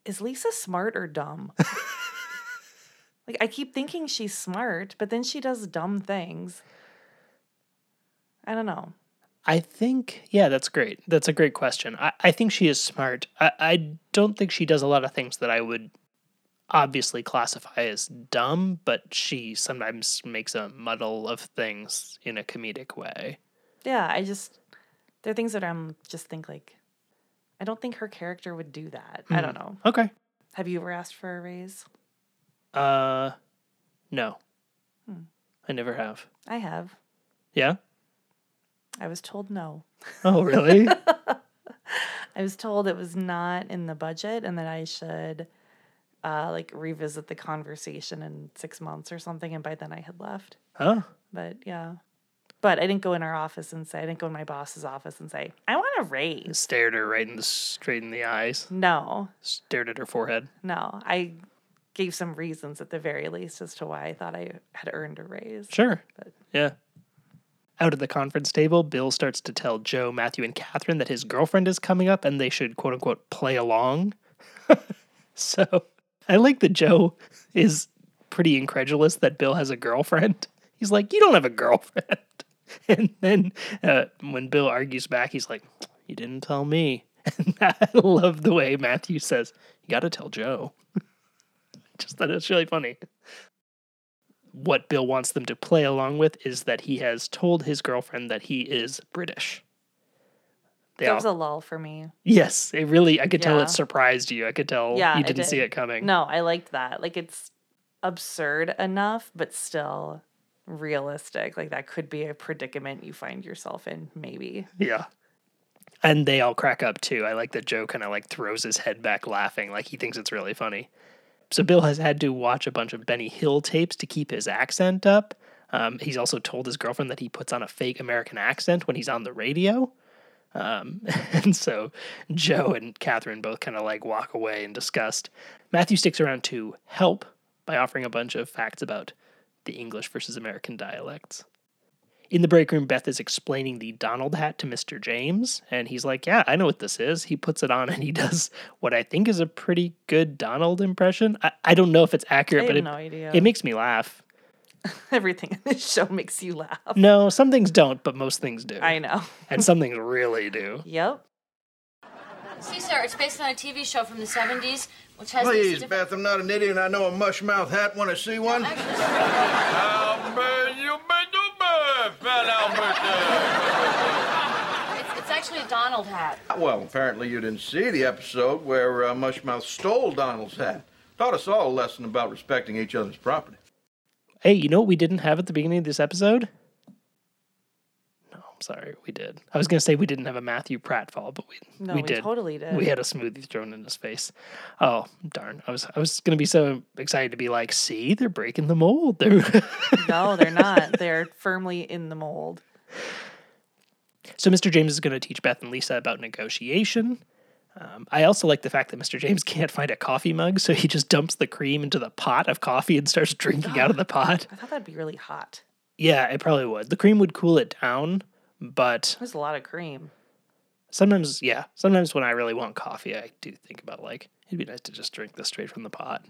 B: is Lisa smart or dumb? like I keep thinking she's smart, but then she does dumb things. I don't know.
A: I think, yeah, that's great. That's a great question. I, I think she is smart. I, I don't think she does a lot of things that I would obviously classify as dumb, but she sometimes makes a muddle of things in a comedic way.
B: Yeah, I just there are things that I'm just think like I don't think her character would do that. I don't know.
A: Okay.
B: Have you ever asked for a raise?
A: Uh, no. I never have.
B: I have.
A: Yeah?
B: I was told no.
A: Oh, really?
B: I was told it was not in the budget and that I should uh, like revisit the conversation in six months or something. And by then I had left.
A: huh?
B: But yeah. But I didn't go in our office and say, I didn't go in my boss's office and say, I want a raise.
A: Stared her right in the straight in the eyes.
B: No,
A: Stared at her forehead.
B: no. I gave some reasons at the very least as to why I thought I had earned a raise.
A: Sure. Yeah. Out at the conference table, Bill starts to tell Joe, Matthew, and Catherine that his girlfriend is coming up and they should quote unquote play along. *laughs* so I like that Joe is pretty incredulous that Bill has a girlfriend. *laughs* He's like, You don't have a girlfriend. *laughs* And then uh, when Bill argues back, he's like, You didn't tell me. *laughs* And I love the way Matthew says, You got to tell Joe. *laughs* Just thought it was really funny what Bill wants them to play along with is that he has told his girlfriend that he is British. They
B: There
A: all-
B: was a lull for me.
A: yes, it really, I could tell
B: Yeah.
A: it surprised you. I could tell
B: Yeah,
A: you
B: I
A: didn't
B: did.
A: see it coming.
B: No, I liked that. Like it's absurd enough, but still realistic. Like that could be a predicament you find yourself in, maybe. *laughs*
A: Yeah. And they all crack up too. I like that Joe kind of like throws his head back laughing, like he thinks it's really funny. So Bill has had to watch a bunch of Benny Hill tapes to keep his accent up. Um, he's also told his girlfriend that he puts on a fake American accent when he's on the radio. Um, *laughs* and so Joe and Catherine both kind of like walk away in disgust. Matthew sticks around to help by offering a bunch of facts about the English versus American dialects. In the break room, Beth is explaining the Donald hat to Mr. James, and he's like, Yeah, I know what this is. He puts it on and he *laughs* does what I think is a pretty good Donald impression. I, I don't know if it's accurate,
B: I
A: but
B: have
A: it,
B: no idea.
A: it makes me laugh.
B: Everything in this show makes you laugh.
A: *laughs* No, some things don't, but most things do.
B: I know.
A: And some things really do.
B: Yep.
C: See, sir, it's based on a TV show from the 70s, which has these
F: Please,
C: diff-
F: Beth, I'm not an idiot. I know a mush mouth hat. Want to see one?
C: It's, it's actually a Donald hat.
F: Well, apparently you didn't see the episode where uh, mush mouth stole Donald's hat. Taught us all a lesson about respecting each other's property.
A: Hey, you know what we didn't have at the beginning of this episode? No, I'm sorry, we did. I was going to say we didn't have a Matthew Pratfall, but we
B: No,
A: we
B: we,
A: did.
B: totally did.
A: We had a smoothie thrown in his face. Oh darn! I was I was going to be so excited to be like, see, they're breaking the mold. They're *laughs*
B: no, they're not. They're firmly in the mold.
A: So Mr. James is going to teach Beth and Lisa about negotiation. Um, I also like the fact that Mr. James can't find a coffee mug, so he just dumps the cream into the pot of coffee and starts drinking
B: *laughs*
A: out of the pot.
B: I thought that'd be really hot.
A: Yeah, it probably would. The cream would cool it down, but
B: There's a lot of cream.
A: Sometimes, yeah. Sometimes when I really want coffee, I do think about like it'd be nice to just drink this straight from the pot.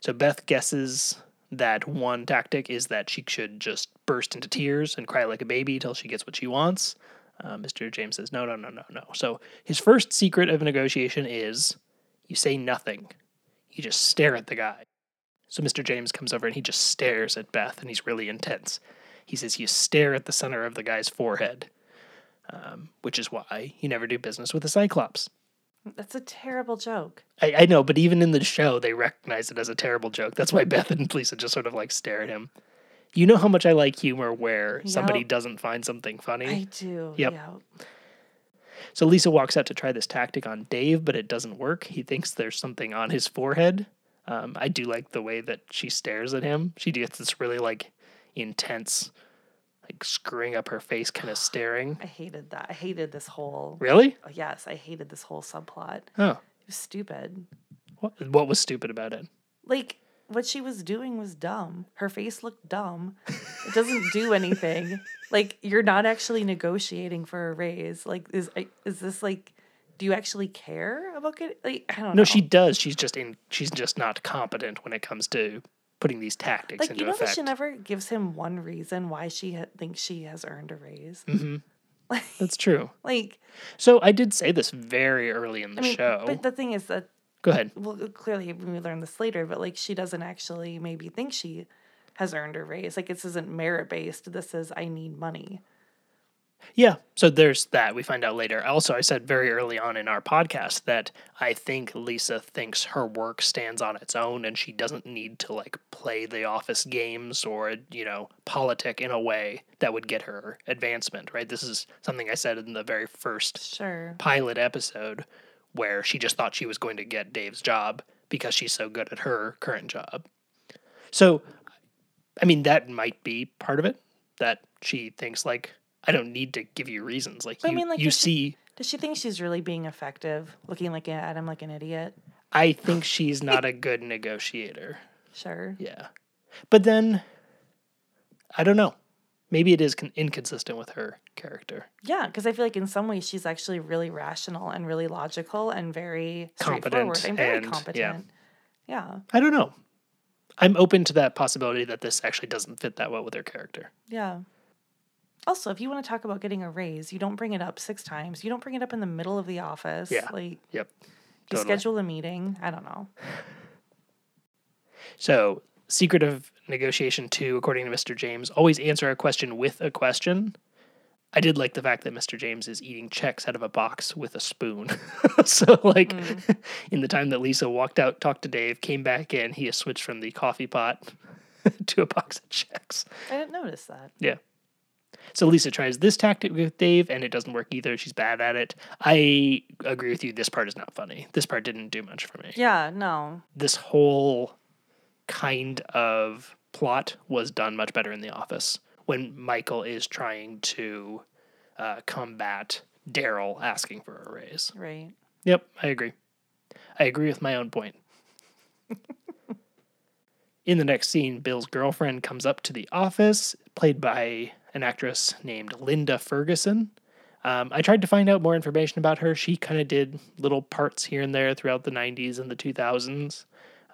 A: So Beth guesses that one tactic is that she should just burst into tears and cry like a baby till she gets what she wants. Uh, Mr. James says, "No, no, no, no, no." So his first secret of negotiation is you say nothing. You just stare at the guy. So Mr. James comes over and he just stares at Beth and he's really intense. He says, You stare at the center of the guy's forehead, um, which is why you never do business with a Cyclops.
B: That's a terrible joke.
A: I, I know, but even in the show, they recognize it as a terrible joke. That's why *laughs* Beth and Lisa just sort of like stare at him. You know how much I like humor where somebody
B: Yep.
A: doesn't find something funny.
B: I do.
A: Yep.
B: Yeah.
A: So Lisa walks out to try this tactic on Dave, but it doesn't work. He thinks there's something on his forehead. Um, I do like the way that she stares at him. She gets this really like intense, like screwing up her face, kind of staring.
B: I hated that. I hated this whole.
A: Really?
B: Oh, Yes, I hated this whole subplot. It
A: Oh,
B: was stupid.
A: what, what was stupid about it?
B: Like what she was doing was dumb. Her face looked dumb. It doesn't
A: *laughs*
B: do anything. Like you're not actually negotiating for a raise. Like is is this like? Do you actually care about it? Like I don't know.
A: No, she does. She's just in. She's just not competent when it comes to putting these tactics
B: like
A: into
B: you know that
A: effect.
B: she never gives him one reason why she ha- thinks she has earned a raise.
A: Mm. That's true.
B: Like
A: So I did say this very early in the
B: I mean,
A: show.
B: but the thing is that
A: Go ahead.
B: well, clearly we learn this later, but like she doesn't actually maybe think she has earned her raise. Like this isn't merit based. This is I need money.
A: Yeah. So there's that. We find out later. Also, I said very early on in our podcast that I think Lisa thinks her work stands on its own and she doesn't need to like play the office games or, you know, politic in a way that would get her advancement, right? This is something I said in the very first
B: Sure.
A: pilot episode where she just thought she was going to get Dave's job because she's so good at her current job. So, I mean, that might be part of it that she thinks like I don't need to give you reasons. Like
B: But I
A: you,
B: mean, like,
A: you
B: if she-
A: see,
B: Does she think she's really being effective, looking like at him like an idiot?
A: I think she's not a good negotiator.
B: Sure.
A: Yeah, but then I don't know. Maybe it is con- inconsistent with her character.
B: Yeah, because I feel like in some ways she's actually really rational and really logical and very
A: Competent
B: straightforward and very
A: and- yeah.
B: competent. Yeah.
A: I don't know. I'm open to that possibility that this actually doesn't fit that well with her character.
B: Yeah. Also, if you want to talk about getting a raise, you don't bring it up six times. You don't bring it up in the middle of the office.
A: Yeah.
B: Like
A: Yep.
B: you
A: Totally.
B: schedule a meeting. I don't know.
A: So, secret of negotiation two, according to Mr. James, always answer a question with a question. I did like the fact that Mr. James is eating checks out of a box with a spoon. *laughs* so, like, in the time that Lisa walked out, talked to Dave, came back in, he has switched from the coffee pot *laughs* to a box of checks.
B: I didn't notice that.
A: Yeah. So Lisa tries this tactic with Dave, and it doesn't work either. She's bad at it. I agree with you. This part is not funny. This part didn't do much for me
B: Yeah, no.
A: this whole kind of plot was done much better in The Office when Michael is trying to uh, combat Daryl asking for a raise.
B: Right.
A: Yep, I agree. I agree with my own point.
B: *laughs*
A: in the next scene, Bill's girlfriend comes up to the office, played by an actress named Linda Ferguson. Um, I tried to find out more information about her. She kind of did little parts here and there throughout the 90s and the 2000s.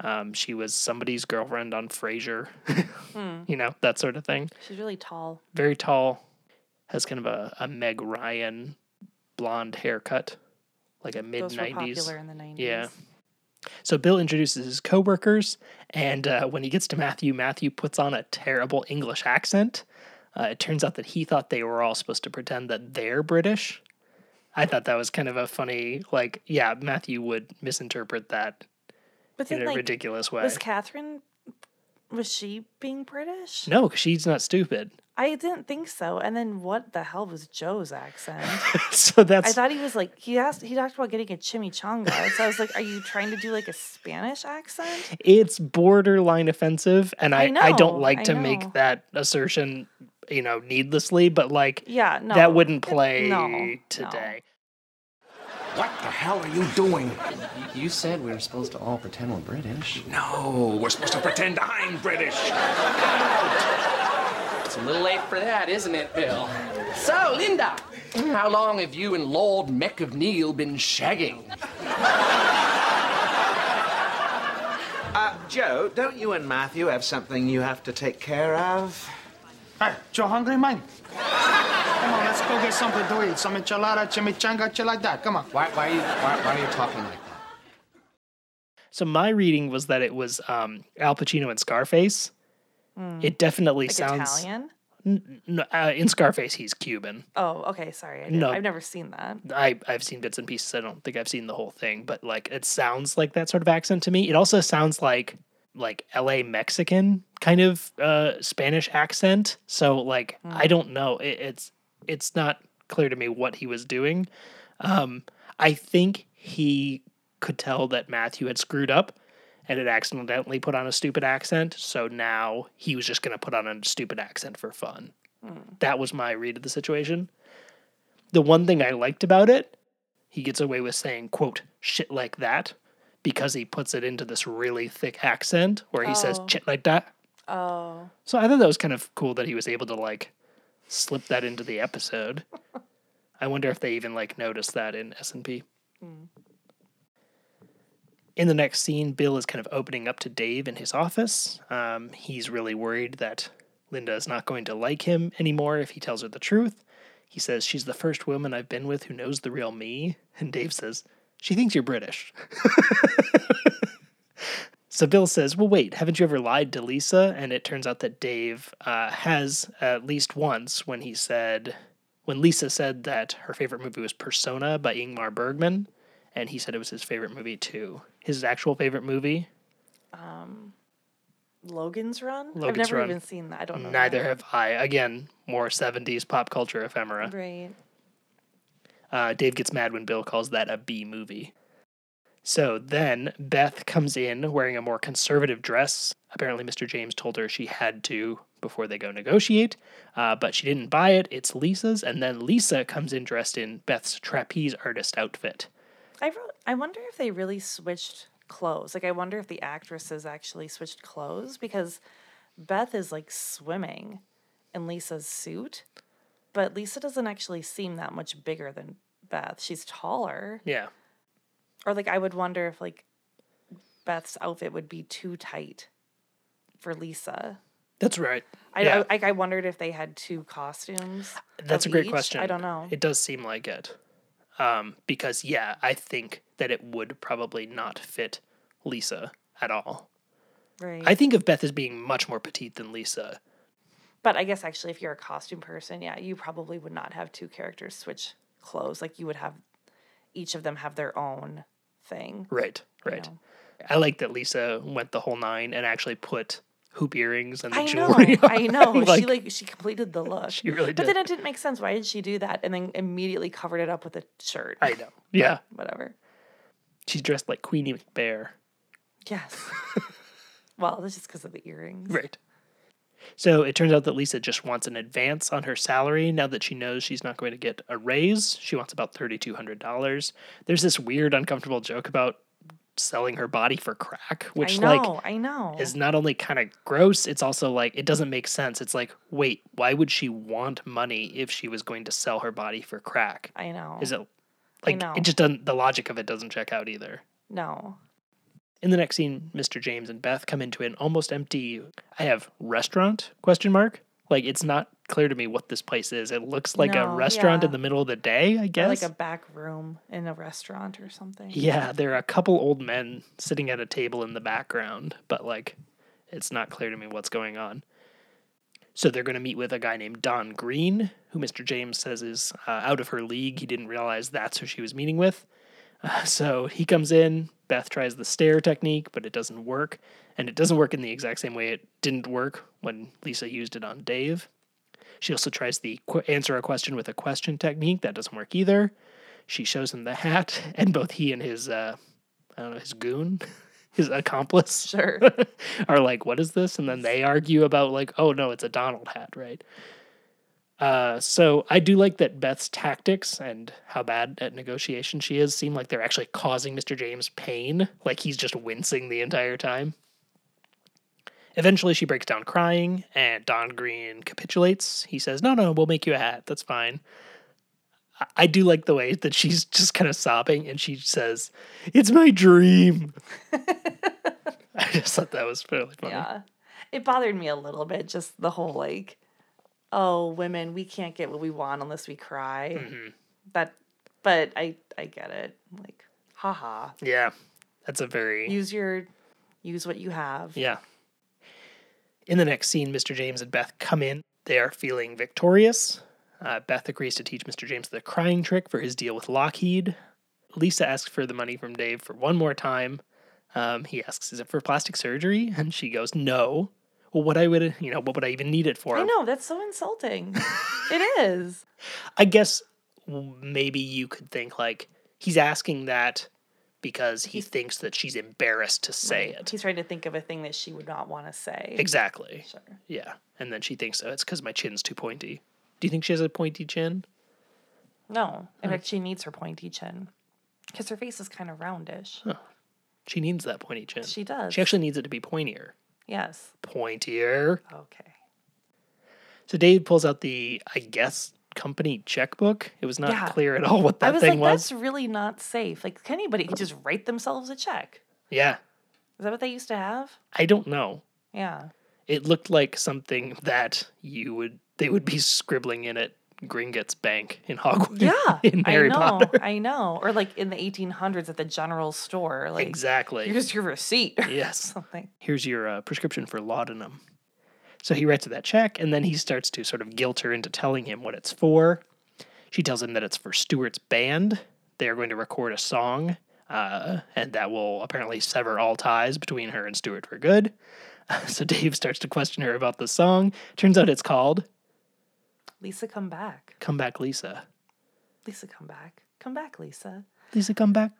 A: Um, she was somebody's girlfriend on Frasier, *laughs*
B: Hmm.
A: you know, that sort of thing
B: She's really tall.
A: very tall, has kind of a, a Meg Ryan blonde haircut, like a mid
B: Those were
A: nineties.
B: popular in the nineties.
A: Yeah. So Bill introduces his coworkers, and uh, when he gets to Matthew, Matthew puts on a terrible English accent. Uh, it turns out that he thought they were all supposed to pretend that they're British. I thought that was kind of a funny, like, yeah, Matthew would misinterpret that
B: But
A: in
B: then
A: a
B: like
A: ridiculous way.
B: was Catherine was she being British?
A: No, 'cause she's not stupid. *laughs*
B: I didn't think so. And then what the hell was Joe's
A: *laughs*
B: accent?
A: so that's
B: I thought he was like he asked he talked about getting a chimichanga. So I was like, Are you trying to do like a Spanish accent?
A: it's borderline offensive and i,
B: I
A: I, don't
B: know,
A: like
B: I
A: to
B: know.
A: make that assertion you know needlessly but like
B: Yeah, no.
A: that wouldn't
B: It-
A: play
B: no,
A: today
G: What the hell are you doing?
H: You said we were supposed to all pretend we're British.
G: No, we're supposed to pretend I'm British.
H: It's a little late for that, isn't it, Bill? So, Linda, how long have you and Lord McAvneil been shagging?
I: Uh, Joe, don't you and Matthew have something you have to take care of?
J: Hey, you hungry, man? Come on, let's go get something to eat. Some enchilada, chimichanga, shit like that. Come on.
H: Why, why, are you, why, why are you talking like that?
A: So my reading was that it was um, Al Pacino in Scarface. It definitely
B: Hmm. Like
A: sounds
B: Italian?
A: No, uh, in Scarface. He's Cuban.
B: Oh, okay. Sorry. I
A: No.
B: no. I've never seen that.
A: I I've seen bits and pieces. I don't think I've seen the whole thing, but like it sounds like that sort of accent to me. It also sounds like like L.A. Mexican kind of uh, Spanish accent. So like I don't know. It, it's it's not clear to me what he was doing. Um, I think he could tell that Matthew had screwed up and had accidentally put on a stupid accent. So now he was just going to put on a stupid accent for fun. That was my read of the situation the one thing I liked about it, he gets away with saying, quote, shit like that, because he puts it into this really thick accent where he says
B: Oh.
A: shit like that.
B: Oh,
A: So I thought that was kind of cool that he was able to like slip that into the
B: *laughs*
A: episode. I wonder if they even like noticed that in S and P. In the next scene, Bill is kind of opening up to Dave in his office. Um, he's really worried that Linda is not going to like him anymore if he tells her the truth. He says, She's the first woman I've been with who knows the real me. *laughs* And Dave says, She thinks you're British. *laughs* So Bill says, Well, wait, haven't you ever lied to Lisa? And it turns out that Dave uh, has at least once when he said, when Lisa said that her favorite movie was Persona by Ingmar Bergman, and he said it was his favorite movie too. His actual favorite movie?
B: Logan's Run. I've
A: Logan's
B: never
A: Run.
B: even seen that. I don't know. that.
A: Neither have I. Again, more 70s pop culture ephemera.
B: Right.
A: Uh, Dave gets mad when Bill calls that a B movie. So then Beth comes in wearing a more conservative dress. Apparently, Mr. James told her she had to before they go negotiate, uh, but she didn't buy it. It's Lisa's. And then Lisa comes in dressed in Beth's trapeze artist outfit.
B: I wrote, I wonder if they really switched clothes. Like I wonder if the actresses actually switched clothes because Beth is like swimming in Lisa's suit, but Lisa doesn't actually seem that much bigger than Beth. She's taller.
A: Yeah.
B: Or like I would wonder if like Beth's outfit would be too tight for Lisa.
A: That's right.
B: I,
A: Yeah.
B: I, like, I wondered if they had two costumes.
A: That's a
B: of
A: great
B: each.
A: question.
B: I don't know.
A: It does seem like it. Um, because, yeah, I think that it would probably not fit Lisa at all.
B: right.
A: I think of Beth as being much more petite than Lisa.
B: But I guess actually, if you're a costume person, yeah, you probably would not have two characters switch clothes. Like you would have each of them have their own thing.
A: Right, right. I like that Lisa went the whole nine and actually put hoop earrings and the
B: I know,
A: *laughs* jewelry. on.
B: I know.
A: Like,
B: she like she completed the look. She
A: really
B: But then
A: did.
B: it didn't make sense. Why did she do that? And then immediately covered it up with a shirt.
A: I know. Yeah,
B: *laughs* Whatever.
A: she's dressed like Queenie McBear.
B: Yes.
A: *laughs*
B: well, that's just because of the earrings.
A: Right. So it turns out that Lisa just wants an advance on her salary now that she knows she's not going to get a raise. She wants about $3,200. There's this weird, uncomfortable joke about selling her body for crack, which,
B: I
A: like,
B: know. I know.
A: is not only kind of gross, it's also like it doesn't make sense. It's like, wait, why would she want money if she was going to sell her body for crack?
B: I know.
A: Is it like
B: know.
A: it just doesn't the logic of it doesn't check out either.
B: No.
A: In the next scene, Mr. James and Beth come into an almost empty I have restaurant question mark. Like it's not clear to me what this place is. It looks like a
B: No,
A: restaurant in
B: yeah.
A: the middle of the day, I
B: Or
A: guess.
B: Like a back room in a restaurant or something.
A: Yeah, there are a couple old men sitting at a table in the background, but like it's not clear to me what's going on. So they're going to meet with a guy named Don Green, who Mr. James says is uh, out of her league. He didn't realize that's who she was meeting with. Uh, so he comes in. Beth tries the stare technique, but it doesn't work. And it doesn't work in the exact same way it didn't work when Lisa used it on Dave. She also tries the qu- answer a question with a question technique. That doesn't work either. She shows him the hat, *laughs* and both he and his, uh, I don't know, his goon, *laughs* his accomplice,
B: Sure.
A: *laughs* are like, "What is this?" And then they argue about like, "Oh no, it's a Donald hat, right?" Uh, so I do like that Beth's tactics and how bad at negotiation she is seem like they're actually causing Mr. James pain. Like he's just wincing the entire time. Eventually, she breaks down crying, and Don Green capitulates. He says, No, no, we'll make you a hat. That's fine. I- I do like the way that she's just kind of sobbing, and she says, It's my
B: *laughs*
A: dream. I just thought that was fairly funny.
B: Yeah. It bothered me a little bit, just the whole like, oh, women, we can't get what we want unless we cry.
A: Mm-hmm.
B: That, but I I get it. Like, haha,
A: Yeah. That's a very.
B: use your, use what you have.
A: Yeah. In the next scene, Mr. James and Beth come in. They are feeling victorious. Uh, Beth agrees to teach Mr. James the crying trick for his deal with Lockheed. Lisa asks for the money from Dave for one more time. Um, he asks, "Is it for plastic surgery?" And she goes, "No." Well, what I would, you know, what would I even need it for?
B: I know that's so
A: *laughs*
B: insulting. it is.
A: I guess w- maybe you could think like he's asking that because he thinks that she's embarrassed to say it.
B: He's trying to think of a thing that she would not want to say.
A: Exactly. Yeah. And then she thinks, oh, it's because my chin's too pointy. Do you think she has a pointy chin?
B: No, in fact, she needs her pointy chin because her face is kind of roundish.
A: She needs that pointy chin.
B: She does.
A: She actually needs it to be pointier.
B: Yes.
A: Pointier.
B: Okay.
A: So Dave pulls out the, I guess, company checkbook. It was not
B: Yeah.
A: clear at all what that
B: I was
A: thing
B: like,
A: was.
B: that's really not safe. Like, can anybody could just write themselves a check?
A: Yeah.
B: Is that what they used to have?
A: I don't know.
B: Yeah.
A: It looked like something that you would, they would be scribbling in at Gringotts Bank in Hogwarts.
B: Yeah.
A: *laughs* in Harry
B: I know.
A: Potter.
B: I know. Or like in the 1800s at the general store. Like,
A: Exactly.
B: Here's your receipt or
A: Yes.
B: *laughs* something.
A: here's your uh, prescription for laudanum. So he writes her that check, and then he starts to sort of guilt her into telling him what it's for. She tells him that it's for Stewart's band. They are going to record a song, uh, and that will apparently sever all ties between her and Stewart for good. *laughs* So Dave starts to question her about the song. Turns out it's called
B: Lisa, come back.
A: Come Back Lisa.
B: Lisa, come back. Come back, Lisa.
A: Lisa, come back.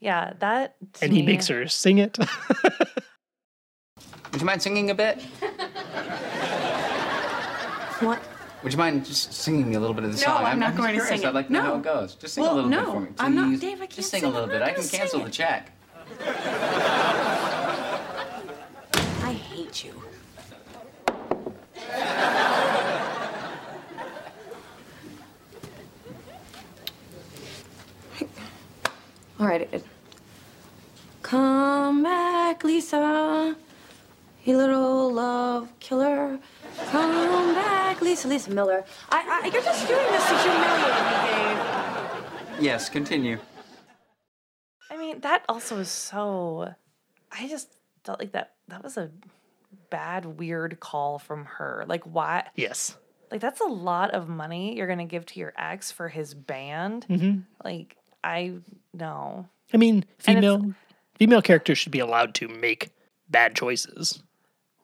B: Yeah. That. to
A: And he
B: me-
A: makes her sing it. *laughs*
D: Would you mind singing a bit?
E: What?
D: Would you mind just singing me a little bit of the
E: No,
D: song?
E: I'm not
D: just
E: going to
D: curious.
E: sing
D: I'd
E: it.
D: like to know how
E: No.
D: it goes. Just sing
E: Well,
D: a little bit
E: no,
D: for me.
E: I'm not-
D: Please.
E: Dave, I can't
D: Just sing
E: sing.
D: a little
E: I'm
D: bit.
E: not
D: I can
E: gonna sing
D: cancel
E: it.
D: the check.
E: I hate you. All right. It, come back, Lisa. You little love killer. Come back, Lisa. Lisa Miller. I, I, you're just doing this to humiliate me, Dave.
D: Yes, continue.
B: I mean, that also is so. I just felt like that. That was a bad, weird call from her. Like, why?
A: yes.
B: like that's a lot of money you're gonna give to your ex for his band.
A: Mm-hmm.
B: Like I no,
A: I mean,
B: And it's-
A: female female characters should be allowed to make bad choices,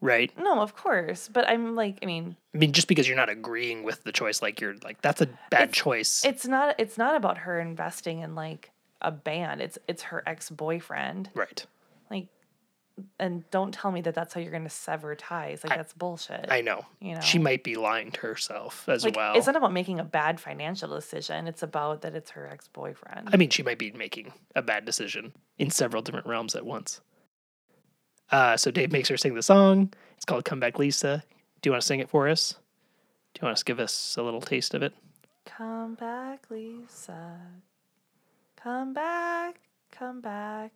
A: right?
B: no, of course. But I'm like, I mean,
A: I mean, just because you're not agreeing with the choice, like you're like that's a bad choice.
B: it's not it's not about her investing in like a band. It's it's her ex boyfriend.
A: right.
B: Like, and don't tell me that that's how you're gonna sever ties. Like that's bullshit.
A: I know.
B: You know.
A: She might be lying to herself as
B: Like,
A: well.
B: it's not about making a bad financial decision. It's about that it's her ex boyfriend.
A: I mean, she might be making a bad decision in several different realms at once. Uh, so Dave makes her sing the song. It's called "Come Back, Lisa." Do you want to sing it for us? Do you want to give us a little taste of it?
B: Come back, Lisa. Come back, come back.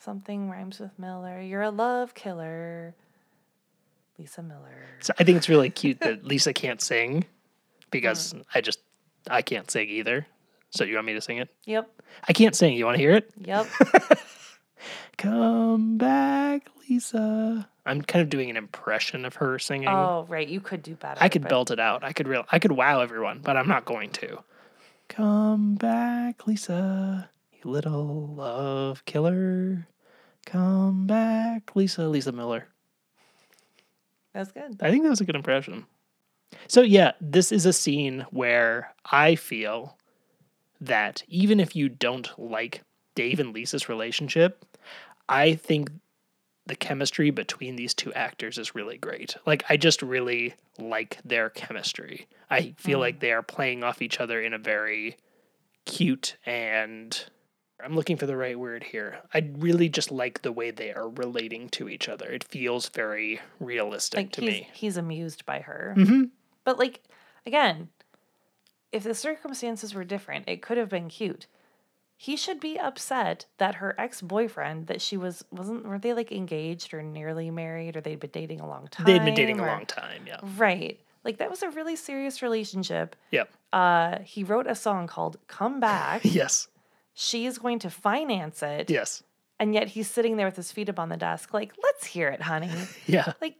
B: Something rhymes with Miller. You're a love killer. Lisa Miller.
A: So I think it's really cute that Lisa can't sing because I just I can't sing either. So you want me to sing it?
B: Yep,
A: I can't sing. You want to hear it? *laughs*
B: yep.
A: Come back, Lisa. I'm kind of doing an impression of her singing.
B: oh, right. You could do better.
A: I could
B: but
A: belt it out. I could real I could wow everyone, but I'm not going to. Come back, Lisa, you little love killer. Come back, Lisa, Lisa Miller.
B: That's good.
A: I think that was a good impression. So yeah, this is a scene where I feel that even if you don't like Dave and Lisa's relationship, I think the chemistry between these two actors is really great. Like I just really like their chemistry.
B: Mm.
A: I feel like they are playing off each other in a very cute and I'm looking for the right word here. I really just like the way they are relating to each other. It feels very realistic
B: Like
A: to
B: he's,
A: me.
B: he's amused by her.
A: Mhm.
B: But like again, if the circumstances were different, it could have been cute. He should be upset that her ex-boyfriend that she was wasn't were they like engaged or nearly married or they'd been dating a long time.
A: They'd been dating a
B: or-
A: long time, yeah.
B: Right. Like that was a really serious relationship.
A: Yep.
B: Uh he wrote a song called Come Back.
A: yes.
B: She is going to finance it.
A: Yes.
B: And yet he's sitting there with his feet up on the desk, like, let's hear it, honey.
A: Yeah.
B: Like,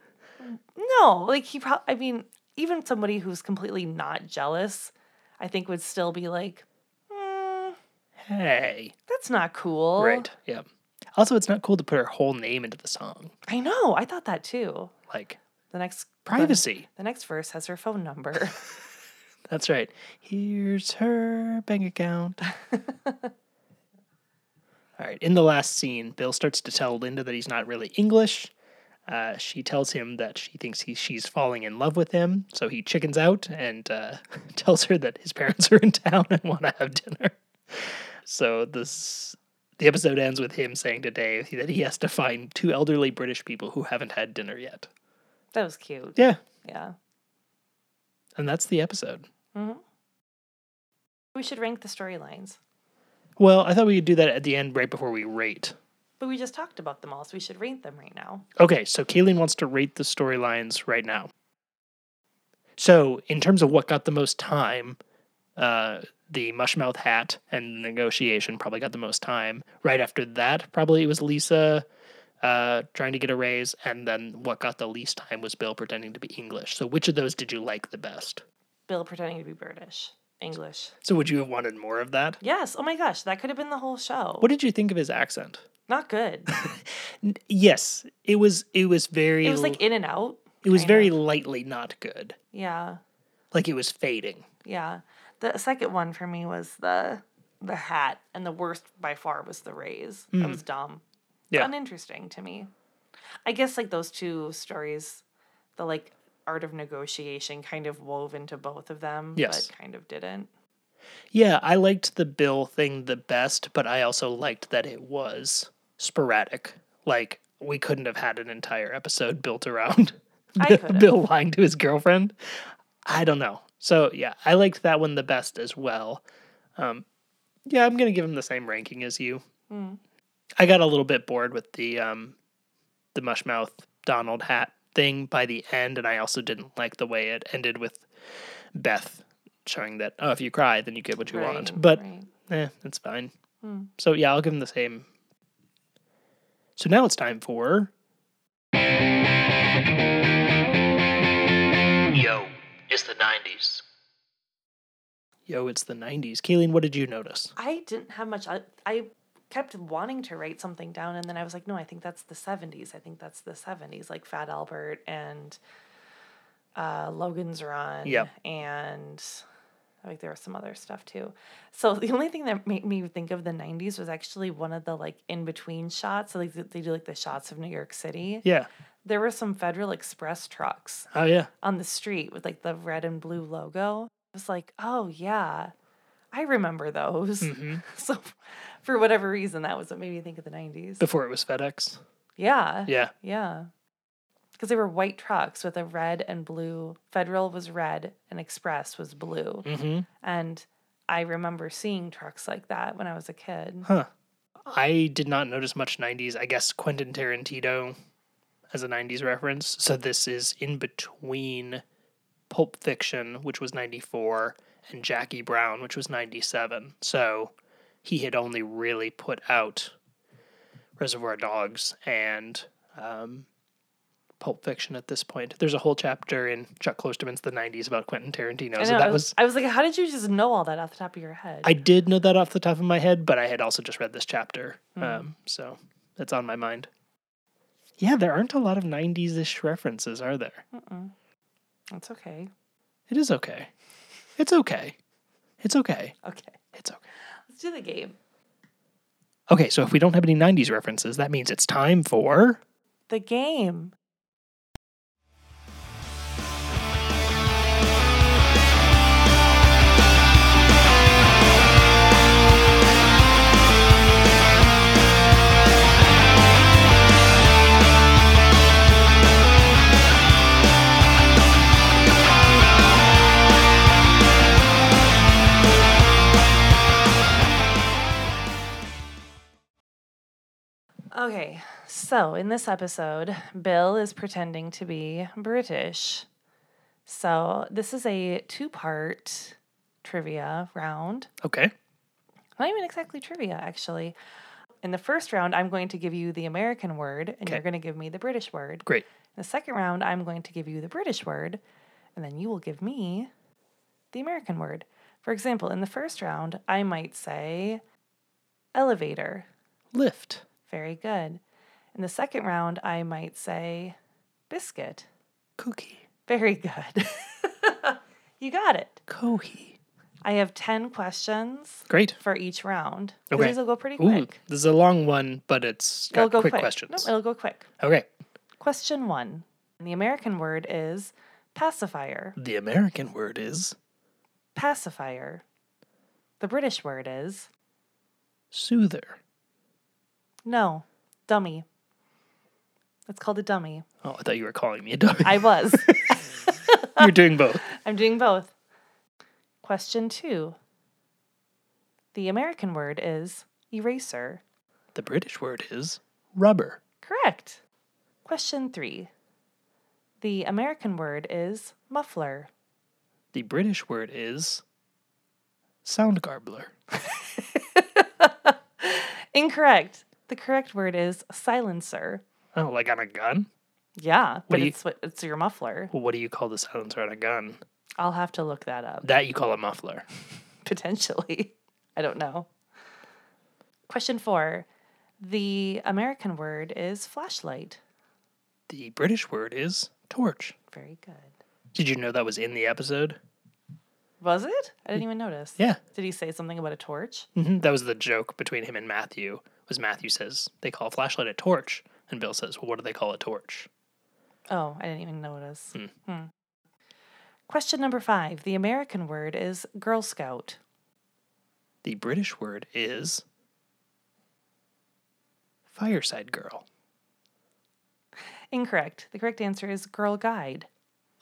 B: no, like he probably, I mean, even somebody who's completely not jealous, I think would still be like, "Mm,
A: Hey.
B: that's not cool.
A: Right. Yeah. Also, it's not cool to put her whole name into the song.
B: I know. I thought that too.
A: Like
B: The next
A: privacy.
B: The, the next verse has her
A: *laughs*
B: phone number.
A: That's right. Here's her bank account. All right. In the last scene, Bill starts to tell Linda that he's not really English. Uh, she tells him that she thinks he, she's falling in love with him, so he chickens out and uh, *laughs* tells her that his parents are in town and want to have dinner. So this the episode ends with him saying to Dave that he has to find two elderly British people who haven't had dinner yet.
B: that was cute.
A: Yeah,
B: Yeah.
A: and that's the episode.
B: hmm We should rank the storylines,
A: Well, I thought we could do that at the end, right before we rate.
B: but we just talked about them all, so we should rate them right now.
A: Okay, so Kayleen wants to rate the storylines right now. So, in terms of what got the most time, uh, the Mushmouth hat and negotiation probably got the most time. Right after that, probably it was Lisa uh, trying to get a raise, and then what got the least time was Bill pretending to be English. So, which of those did you like the best?
B: Bill pretending to be British, English.
A: So, would you have wanted more of that?
B: Yes. Oh my gosh, that could have been the whole show.
A: What did you think of his accent?
B: Not good.
A: *laughs* Yes, it was. It was very.
B: It was
A: l-
B: like in and out.
A: it was
B: kind
A: very
B: of.
A: lightly not good.
B: Yeah,
A: Like it was fading.
B: yeah. The second one for me was the the hat, and the worst by far was the raise. That
A: Mm.
B: was dumb.
A: Yeah.
B: uninteresting to me. I guess like those two stories, the like art of negotiation, kind of wove into both of them.
A: Yes.
B: but kind of didn't.
A: Yeah, I liked the Bill thing the best, but I also liked that it was sporadic. Like we couldn't have had an entire episode *laughs* built around *laughs*
B: I
A: Bill-
B: could've.
A: Bill lying to his girlfriend. I don't know. So yeah, I liked that one the best as well. Um, yeah, I'm gonna give him the same ranking as you.
B: Mm.
A: I got a little bit bored with the um, the mushmouth Donald hat thing by the end, and I also didn't like the way it ended with Beth showing that oh, if you cry, then you get what you want.
B: Right,
A: But
B: right.
A: eh, it's fine.
B: Hmm.
A: So yeah, I'll give him the same. So now it's time for Yo, it's the '90s. Yo, it's the '90s. Kayleen, what did you notice?
B: I didn't have much. I, I kept wanting to write something down, and then I was like, no, I think that's the 70s. I think that's the 70s, like Fat Albert and uh, Logan's Run.
A: Yep.
B: And like there was some other stuff too. So the only thing that made me think of the 90s was actually one of the like in between shots. So like th- they do like the shots of New York City.
A: Yeah.
B: There were some Federal Express trucks
A: Oh yeah.
B: on the street with like the red and blue logo. I was like, oh yeah, I remember those.
A: Mm-hmm.
B: *laughs* so for whatever reason, that was what made me think of the 90s.
A: Before it was FedEx.
B: yeah.
A: Yeah.
B: Yeah. Because they were white trucks with a red and blue. Federal was red and Express was blue.
A: Mm-hmm.
B: And I remember seeing trucks like that when I was a kid.
A: Huh. I did not notice much 90s. I guess Quentin Tarantino as a 90s reference. So this is in between Pulp Fiction, which was 94, and Jackie Brown, which was 97. So he had only really put out Reservoir Dogs and um, Pulp Fiction at this point. There's a whole chapter in Chuck Klosterman's The 90s about Quentin Tarantino.
B: I,
A: So
B: know,
A: that
B: I,
A: was.
B: was, I was like, how did you just know all that off the top of your head?
A: I did know that off the top of my head, but I had also just read this chapter. Um, so that's on my mind. Yeah, there aren't a lot of 90s ish references, are there?
B: Mm-mm. That's okay.
A: It is okay. It's okay. It's okay.
B: Okay.
A: It's okay.
B: Let's do the game.
A: Okay, so if we don't have any 90s references, that means it's time for.
B: The game. Okay, so in this episode, Bill is pretending to be British. So this is a two part trivia round.
A: Okay.
B: Not even exactly trivia, actually. In the first round, I'm going to give you the American word, and you're
A: Okay.
B: going to give me the British word.
A: Great.
B: In the second round, I'm going to give you the British word, and then you will give me the American word. For example, in the first round, I might say elevator.
A: Lift.
B: Very good. In the second round, I might say biscuit.
A: Cookie.
B: Very good. *laughs* you got it.
A: Cohee.
B: I have 10 questions
A: Great.
B: for each round. 'cause
A: Okay.
B: These will go pretty
A: Ooh,
B: quick.
A: this is a long one, but it's got
B: it'll go
A: quick,
B: quick.
A: questions.
B: Nope, it'll go quick.
A: Okay.
B: Question one. The American word is pacifier.
A: The American word is
B: Pacifier. The British word is
A: soother.
B: no, dummy. It's called a dummy.
A: Oh, I thought you were calling me a dummy.
B: I was.
A: *laughs* You're doing both.
B: I'm doing both. Question two. The American word is eraser.
A: *laughs* The British word is rubber.
B: Correct. Question three. The American word is muffler.
A: The British word is sound garbler.
B: Incorrect. The correct word is silencer.
A: Oh, like on a gun?
B: Yeah, but
A: do you-
B: it's what it's your muffler.
A: Well, what do you call the silencer on a gun?
B: I'll have to look that up *laughs*
A: That you call a muffler.
B: potentially. I don't know. Question four. The American word is flashlight.
A: The British word is torch.
B: Very good.
A: Did you know that was in the episode?
B: Was it? I didn't even notice.
A: Yeah.
B: Did he say something about a torch?
A: hmm That was the joke between him and Matthew. Was Matthew says they call a flashlight a torch, and Bill says, "Well, what do they call a torch?"
B: Oh, I didn't even notice. Hmm. Question number five. The American word is Girl Scout.
A: The British word is fireside girl.
B: Incorrect. The correct answer is Girl Guide.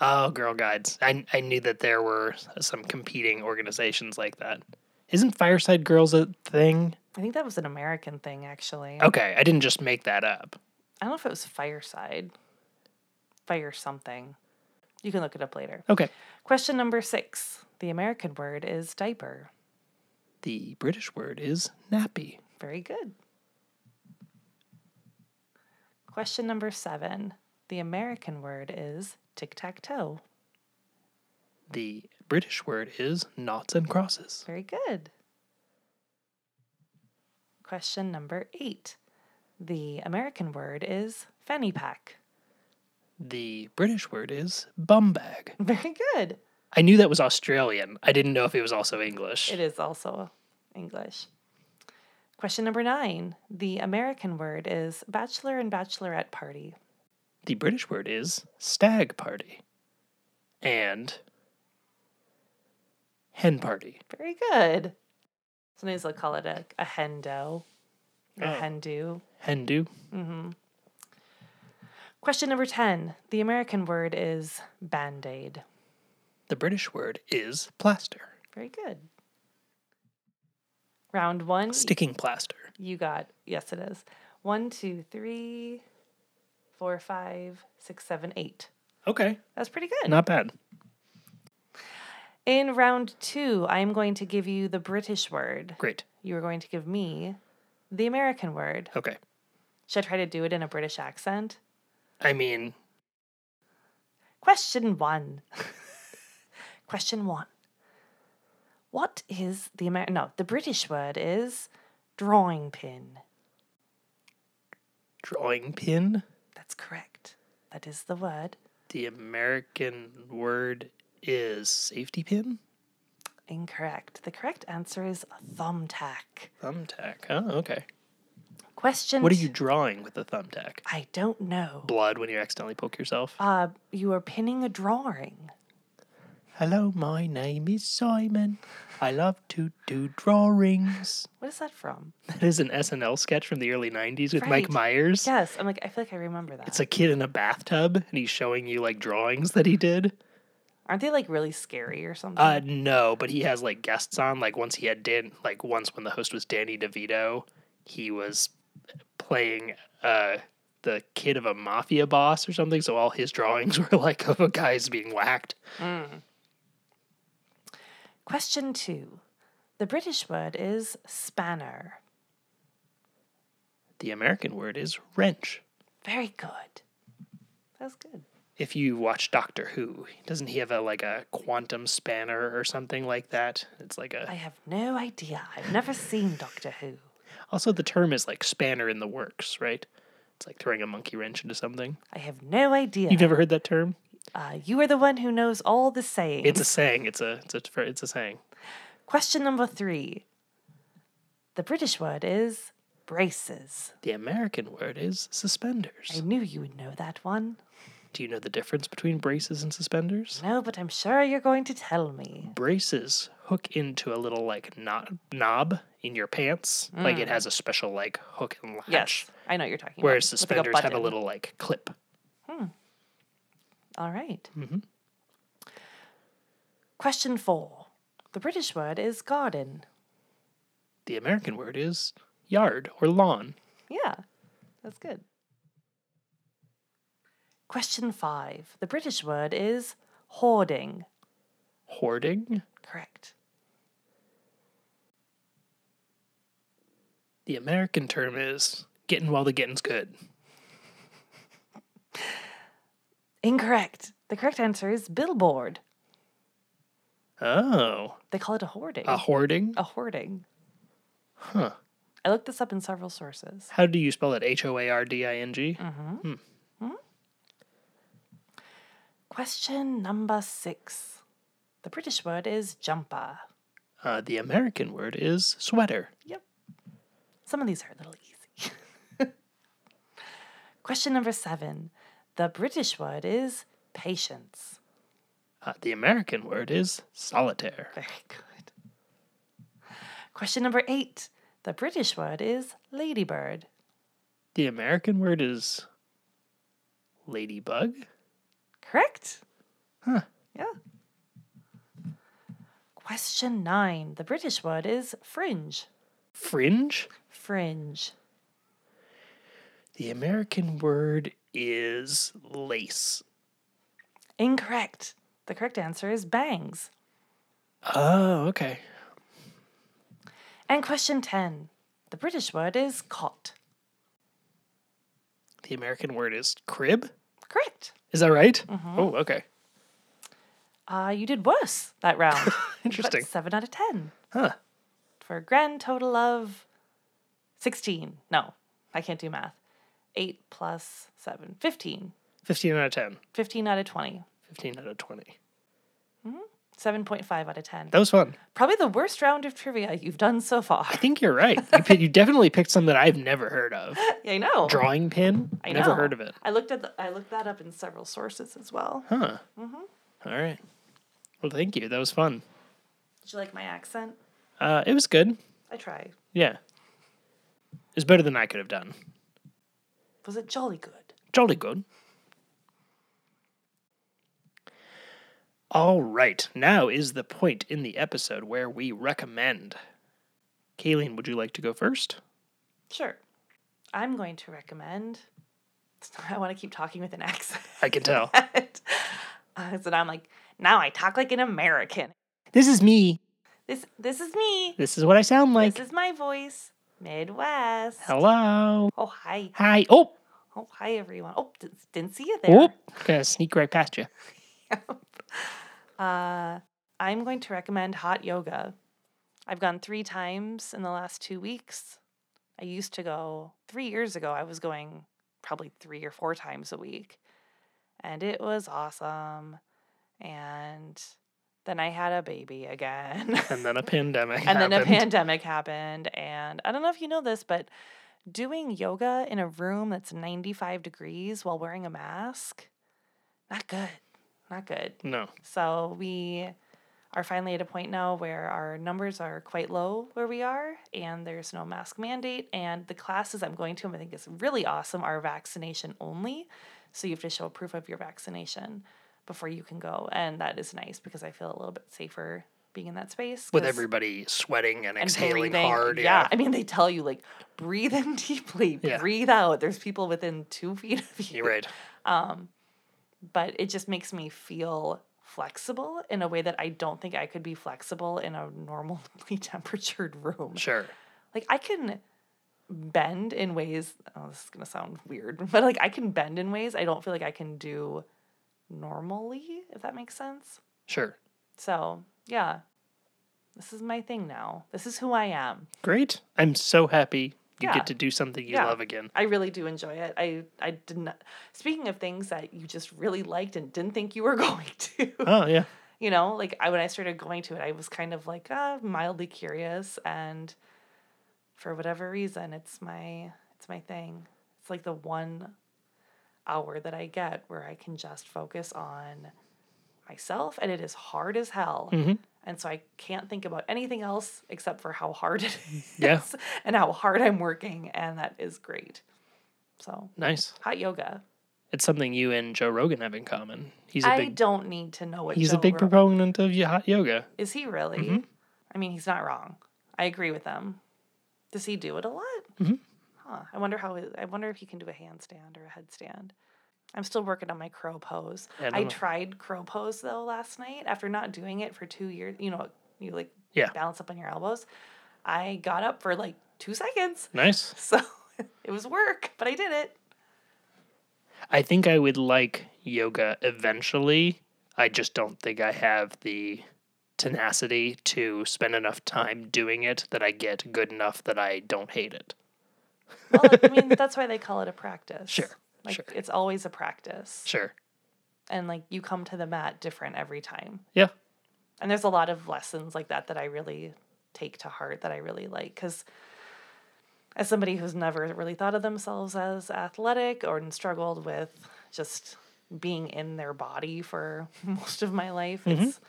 A: Oh, Girl Guides. I I knew that there were some competing organizations like that. Isn't Fireside Girls a thing?
B: I think that was an American thing, actually.
A: Okay, I didn't just make that up.
B: I don't know if it was Fireside. Fire something. You can look it up later.
A: Okay.
B: Question number six. The American word is diaper.
A: The British word is nappy.
B: Very good. Question number seven. The American word is tic tac toe.
A: The British word is knots and crosses.
B: Very good. Question number eight. The American word is fanny pack. *laughs*
A: The British word is bum bag.
B: Very good.
A: I knew that was Australian. I didn't know if it was also English.
B: It is also English. Question number nine. The American word is bachelor and bachelorette party.
A: The British word is stag party. And hen party.
B: Very good. Sometimes they'll call it a, a hendo, a
A: Oh.
B: hendu.
A: Hen do.
B: hmm Question number 10. The American word is band aid.
A: The British word is plaster.
B: Very good. Round one.
A: Sticking plaster.
B: You got, yes, it is. One, two, three, four, five, six, seven, eight.
A: Okay.
B: That's pretty good.
A: Not bad.
B: In round two, I'm going to give you the British word.
A: Great.
B: You are going to give me the American word.
A: Okay.
B: Should I try to do it in a British accent?
A: I mean,
B: Question one. *laughs* Question one. What is the Amer- no, the British word is drawing pin.
A: drawing pin.
B: That's correct. That is the word.
A: The American word is safety pin.
B: Incorrect. The correct answer is thumbtack.
A: Thumbtack. Oh, okay.
B: Question
A: What are
B: t-
A: you drawing with the thumbtack?
B: I don't know.
A: Blood when you accidentally poke yourself.
B: Uh you are pinning a drawing.
A: Hello, my name is Simon. I love to do drawings.
B: What is that from?
A: That is an SNL sketch from the early 90s with
B: Right.
A: Mike Myers.
B: Yes, I'm like I feel like I remember that.
A: It's a kid in a bathtub and he's showing you like drawings that he did.
B: Aren't they like really scary or something?
A: Uh no, but he has like guests on. Like once he had Dan like once when the host was Danny DeVito, he was playing uh, the kid of a mafia boss or something. So all his drawings *laughs* were like of a guy's being whacked.
B: Mm. Question two. The British word is spanner.
A: The American word is wrench.
B: Very good. That was good.
A: If you watch Doctor Who, doesn't he have a like a quantum spanner or something like that? It's like a
B: I have no idea. I've never seen Doctor Who.
A: also the term is like spanner in the works, right? It's like throwing a monkey wrench into something.
B: I have no idea.
A: You've never heard that term?
B: Uh, you are the one who knows all the sayings.
A: It's a saying. It's a it's a it's a saying.
B: Question number three. The British word is braces.
A: The American word is suspenders.
B: I knew you would know that one.
A: Do you know the difference between braces and suspenders?
B: No, but I'm sure you're going to tell me.
A: Braces hook into a little like knot, knob in your pants. Like it
B: Mm.
A: has a special like hook and latch.
B: Yes, I know what you're talking
A: Whereas
B: about. With, like,
A: suspenders have a
B: button.
A: little like clip.
B: Hmm. All right.
A: Mhm.
B: Question four. The British word is garden.
A: The American word is yard or lawn.
B: Yeah, that's good. Question five. The British word is hoarding.
A: Hoarding.
B: Correct.
A: The American term is getting while the getting's good.
B: Incorrect. The correct answer is billboard.
A: Oh.
B: They call it Oh. a hoarding.
A: A hoarding?
B: A hoarding.
A: Huh.
B: I looked this up in several sources.
A: How do you spell it? H O A R D I N G?
B: Mhm.
A: Hmm.
B: Question number six. The British word is jumper.
A: Uh, the American word is sweater.
B: Some of these are a little easy. *laughs* Question number seven. The British word is patience.
A: Uh, the American word is solitaire.
B: Very good. Question number eight. The British word is ladybird.
A: The American word is ladybug.
B: Correct?
A: Huh.
B: Yeah. Question nine. The British word is fringe.
A: Fringe.
B: Fringe.
A: The American word is lace.
B: Incorrect. The correct answer is bangs.
A: Oh, okay.
B: And question 10. The British word is cot.
A: The American word is crib.
B: Correct.
A: Is that right?
B: Mhm.
A: Oh, okay.
B: Uh, you did worse
A: *laughs*
B: that round.
A: Interesting.
B: But 7 out of 10
A: Huh.
B: for a grand total of 16. No, I can't do math. 8 plus 7. 15.
A: 15 out of 10.
B: 15 out of 20.
A: 15 out of 20.
B: 7.5 out of 10.
A: That was fun.
B: Probably the worst round of trivia you've done so far. *laughs*
A: I think you're right. You, pi- you definitely picked something that I've never heard
B: *laughs*
A: of.
B: Yeah, I know.
A: Drawing pin?
B: I
A: never
B: know.
A: heard of it.
B: I looked at the, I looked that up in several sources as well.
A: Huh.
B: hmm
A: All right. Well, thank you. That was fun.
B: Did you like my accent?
A: Uh, it was good.
B: I try.
A: Yeah. It's better than I could have done.
B: Was it jolly good?
A: Jolly good. All right, now is the point in the episode where we recommend. Kayleen, would you like to go first?
B: Sure. I'm going to recommend. *laughs* I want to keep talking with an accent.
A: I can tell.
B: *laughs* Uh, so now I'm like, now I talk like an American.
A: *laughs* this is me.
B: This this is me.
A: This is what I sound like.
B: This is my voice. Midwest.
A: Hello.
B: Oh hi.
A: Hi. Oh.
B: Oh hi everyone. Oh d- didn't see you there.
A: Whoop. Gonna sneak right past you.
B: Uh, I'm going to recommend hot yoga. I've gone three times in the last two weeks. I used to go three years ago, I was going probably three or four times a week. And it was awesome. And then I had a baby again.
A: And then a pandemic.
B: and then a
A: happened.
B: pandemic happened. And I don't know if you know this, but doing yoga in a room that's 95 degrees while wearing a mask, not good. Not good.
A: No.
B: So we are finally at a point now where our numbers are quite low where we are, and there's no mask mandate. And the classes I'm going to, I think is really awesome, are vaccination only. So you have to show proof of your vaccination before you can go. And that is nice because I feel a little bit safer being in that space.
A: with
B: 'cause-
A: everybody sweating and
B: and
A: exhaling
B: breathing.
A: hard.
B: I mean, they tell you like breathe in *laughs* deeply,
A: Yeah.
B: breathe out. There's people within two feet of you.
A: You're right.
B: Um, but it just makes me feel flexible in a way that I don't think I could be flexible in a normally *laughs* temperatured room.
A: Sure.
B: Like I can bend in ways. Oh, this is gonna sound weird, *laughs* but like I can bend in ways I don't feel like I can do normally. If that makes sense. *laughs*
A: Sure.
B: So yeah, this is my thing now. This is who I am.
A: Great. I'm so happy you
B: Yeah.
A: get to do something you love again.
B: I really do enjoy it. I I did not. Speaking of things that you just really liked and didn't think you were *laughs* going to,
A: Oh yeah.
B: you know, like I when I started going to it, I was kind of like uh, mildly curious, and for whatever reason, it's my it's my thing. It's like the one hour that I get where I can just focus on myself, and it is hard as hell.
A: Mhm.
B: And so I can't think about anything else except for how hard *laughs* it is
A: Yeah.
B: and how hard I'm working, and that is great. So
A: Nice.
B: hot yoga.
A: It's something you and Joe Rogan have in common. He's a
B: I
A: big
B: don't need to know what
A: he's a
B: Joe
A: big
B: Ro-
A: proponent of y- hot yoga.
B: Is he really?
A: Mm-hmm.
B: I mean, he's not wrong. I agree with him. Does he do it a lot?
A: Mhm.
B: Huh. I wonder how. I wonder if he can do a handstand or a headstand. I'm still working on my crow pose.
A: Yeah, I don't
B: I
A: know.
B: tried crow pose though last night after not doing it for two years. You know, you like
A: Yeah.
B: balance up on your elbows. I got up for like two seconds, *laughs*
A: Nice.
B: so it was work, but I did it.
A: I think I would like yoga eventually. I just don't think I have the tenacity to spend enough time doing it that I get good enough that I don't hate it.
B: Well,
A: *laughs*
B: I mean, that's why they call it a practice.
A: Sure,
B: Like
A: sure.
B: it's always a practice.
A: Sure.
B: And like you come to the mat different every time.
A: Yeah.
B: And there's a lot of lessons like that that I really take to heart that I really like cuz as somebody who's never really thought of themselves as athletic or struggled with just being in their body for *laughs* most of my life,
A: Mm-hmm.
B: it's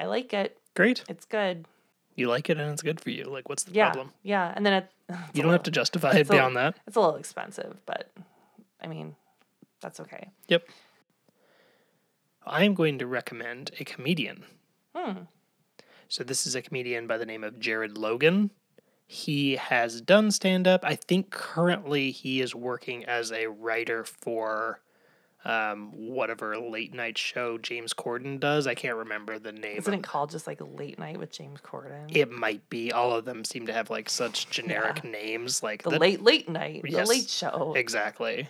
B: I like it.
A: Great.
B: It's good.
A: You like it and it's good for you. Like what's the
B: Yeah.
A: problem?
B: Yeah. And then it, *laughs*
A: You don't have to justify it
B: it's a-
A: beyond that.
B: It's a little expensive, but I mean, that's okay.
A: Yep. I'm going to recommend a comedian.
B: Hmm.
A: So this is a comedian by the name of Jared Logan. He has done stand up. I think currently he is working as a writer for um, whatever late night show James Corden does. I can't remember the name.
B: Isn't
A: of-
B: it called just like Late Night with James Corden?
A: it might be. All of them seem to have like such generic names, like
B: the, Late Late Night,
A: Yes.
B: the Late Show.
A: Exactly.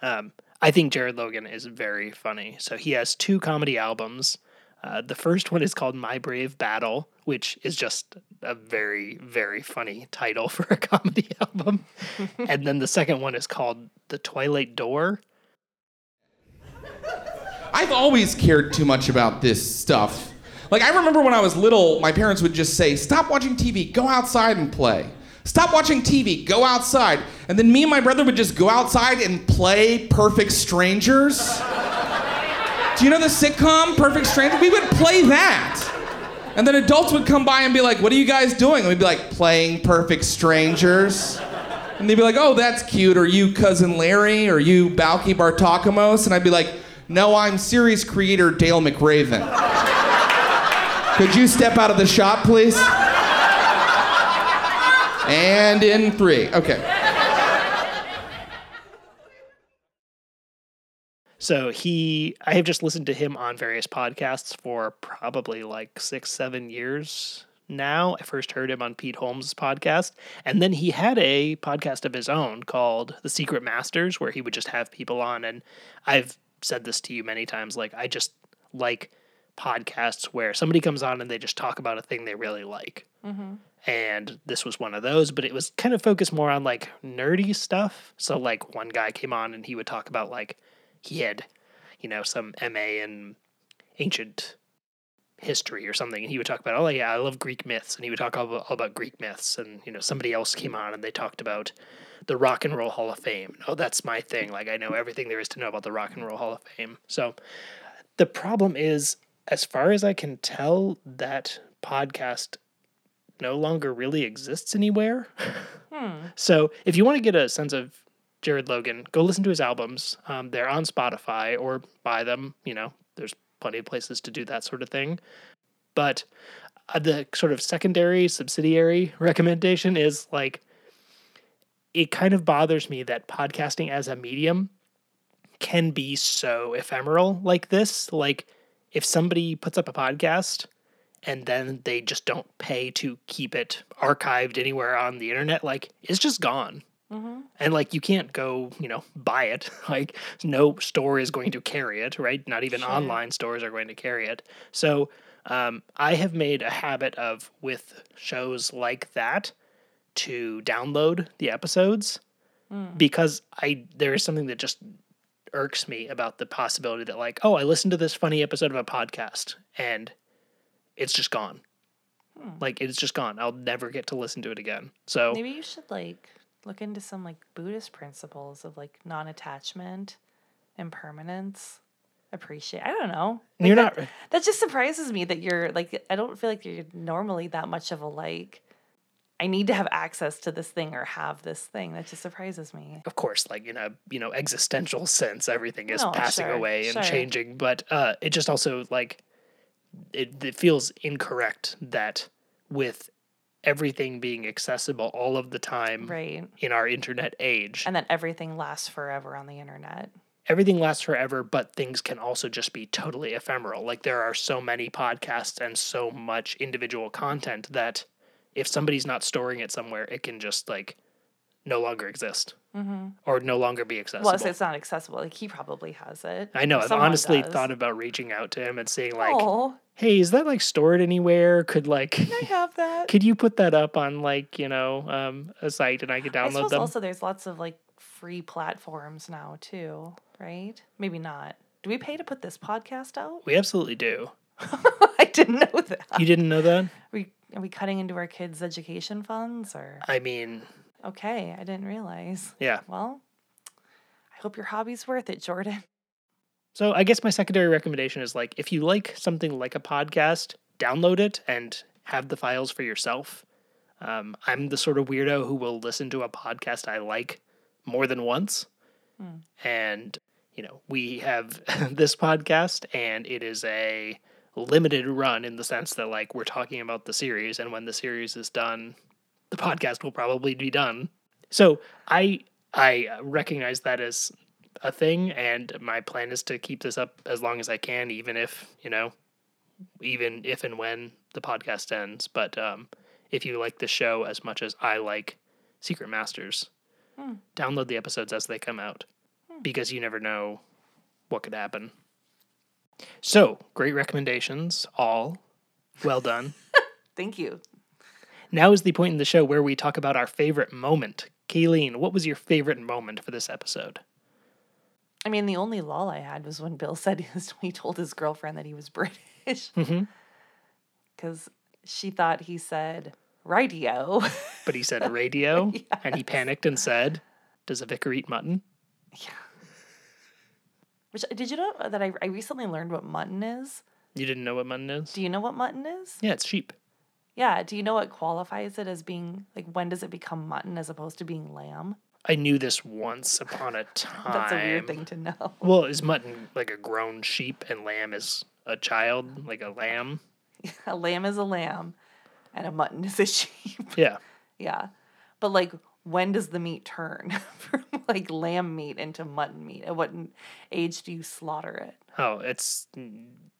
A: Um, I think Jared Logan is very funny. So he has two comedy albums. Uh, the first one is called My Brave Battle, which is just a very, very funny title *laughs* for a comedy album. and then the second one is called The Twilight Door.
K: I've always cared too much about this stuff. Like, I remember when I was little, my parents would just say, Stop watching TV, go outside and play. Stop watching TV, go outside. And then me and my brother would just go outside and play Perfect Strangers. Do you know the sitcom Perfect Strangers? We would play that. And then adults would come by and be like, What are you guys doing? And we'd be like, Playing Perfect Strangers. And they'd be like, Oh, that's cute. Or you, Cousin Larry? Or you, Balky Bartakamos? And I'd be like, No, I'm series creator Dale McRaven. Could you step out of the shot, please? And in three. Okay.
A: So he, I have just listened to him on various podcasts for probably like six, seven years now. I first heard him on Pete Holmes' podcast. And then he had a podcast of his own called The Secret Masters, where he would just have people on. And I've said this to you many times like, I just like podcasts where somebody comes on and they just talk about a thing they really like
B: Mm-hmm.
A: and this was one of those but it was kind of focused more on like nerdy stuff so like one guy came on and he would talk about like he had you know some ma in ancient history or something and he would talk about oh yeah i love greek myths and he would talk all about, all about greek myths and you know somebody else came on and they talked about the rock and roll hall of fame oh that's my thing like i know everything there is to know about the rock and roll hall of fame so the problem is as far as i can tell that podcast no longer really exists anywhere.
B: Hmm.
A: So if you want to get a sense of Jared Logan, go listen to his albums. Um, they're on Spotify or buy them. You know, there's plenty of places to do that sort of thing. But uh, the sort of secondary subsidiary *laughs* recommendation is like it kind of bothers me that podcasting as a medium can be so ephemeral like this like if somebody puts up a podcast and then they just don't pay to keep it archived anywhere on the internet like it's just gone
B: Mm-hmm.
A: and like you can't go you know buy it *laughs* like no store is going to carry it right not even
L: Sure.
A: online stores are going to carry it so um, i have made a habit of with shows like that to download the episodes because i there is something that just irks me about the possibility that like oh i listened to this funny episode of a podcast and it's just gone like it's just gone i'll never get to listen to it again so
B: Maybe you should like look into some like Buddhist principles of like non-attachment, impermanence, appreciate. I don't know.
A: you're
B: Like,
A: not
B: *laughs* that- That just surprises me that you're like I don't feel like you're normally that much of a like I need to have access to this thing or have this thing. That just surprises me.
A: of course, like in a you know existential sense, everything is
B: No,
A: passing
B: sure,
A: away and
B: sure.
A: changing. But uh, it just also like it, it feels incorrect that with everything being accessible all of the time
B: Right.
A: in our internet age,
B: And that everything lasts forever on the internet.
A: everything lasts forever, but things can also just be totally ephemeral. Like there are so many podcasts and so much individual content that if somebody's not storing it somewhere, it can just like no longer exist
B: Mhm.
A: or no longer be accessible.
B: Well, so it's not accessible. Like he probably has it.
A: I know. I've
B: Someone
A: honestly
B: does.
A: thought about reaching out to him and seeing like,
B: Oh.
A: hey, is that like stored anywhere? Could
B: *laughs*
A: like,
B: I have that.
A: could you put that up on like you know um, a site and I could
B: I
A: download
B: suppose
A: them?
B: also there's lots of like free platforms now too, right? Maybe not. Do we pay to put this podcast out? *laughs*
A: we absolutely do.
B: I didn't know that.
A: You didn't know that?
B: Are we are we cutting into our kids' education funds or?
A: I mean,
B: Okay, I didn't realize.
A: yeah.
B: Well, I hope your hobby's worth it, Jordan.
A: So I guess my secondary recommendation is like, if you like something like a podcast, download it and have the files for yourself. Um, I'm the sort of weirdo who will listen to a podcast I like more than once. and you know we have *laughs* this podcast and it is a limited run in the sense that like we're talking about the series and when the series is done the podcast will probably be done so i i uh, recognize that as a thing and my plan is to keep this up as long as i can even if you know even if and when the podcast ends but um if you like the show as much as i like secret masters
B: Hmm.
A: download the episodes as they come out because you never know what could happen. So, great recommendations, all. Well done.
B: *laughs* Thank you.
A: now is the point in the show where we talk about our favorite moment. Kayleen, what was your favorite moment for this episode?
B: I mean, the only lol I had was *laughs* when Bill said his, he told his girlfriend that he was British
A: Mm-hmm.
B: because she thought he said radio.
A: But he said radio, and he panicked and said, Does a vicar eat mutton?
B: *laughs* Which did you know that I, I recently learned what mutton is?
A: You didn't know what mutton is?
B: Do you know what mutton is?
A: Yeah, it's sheep.
B: Yeah. Do you know what qualifies it as being like when does it become mutton as opposed to being lamb?
A: I knew this once upon a time.
B: *laughs* That's a weird thing to know. *laughs*
A: Well, is mutton like a grown sheep and lamb is a child, like a lamb?
B: a lamb is a lamb, and a mutton is a *laughs* sheep.
A: Yeah.
B: Yeah. But like, when does the meat turn *laughs* from like lamb meat into mutton meat? At what age do you slaughter it?
A: Oh, it's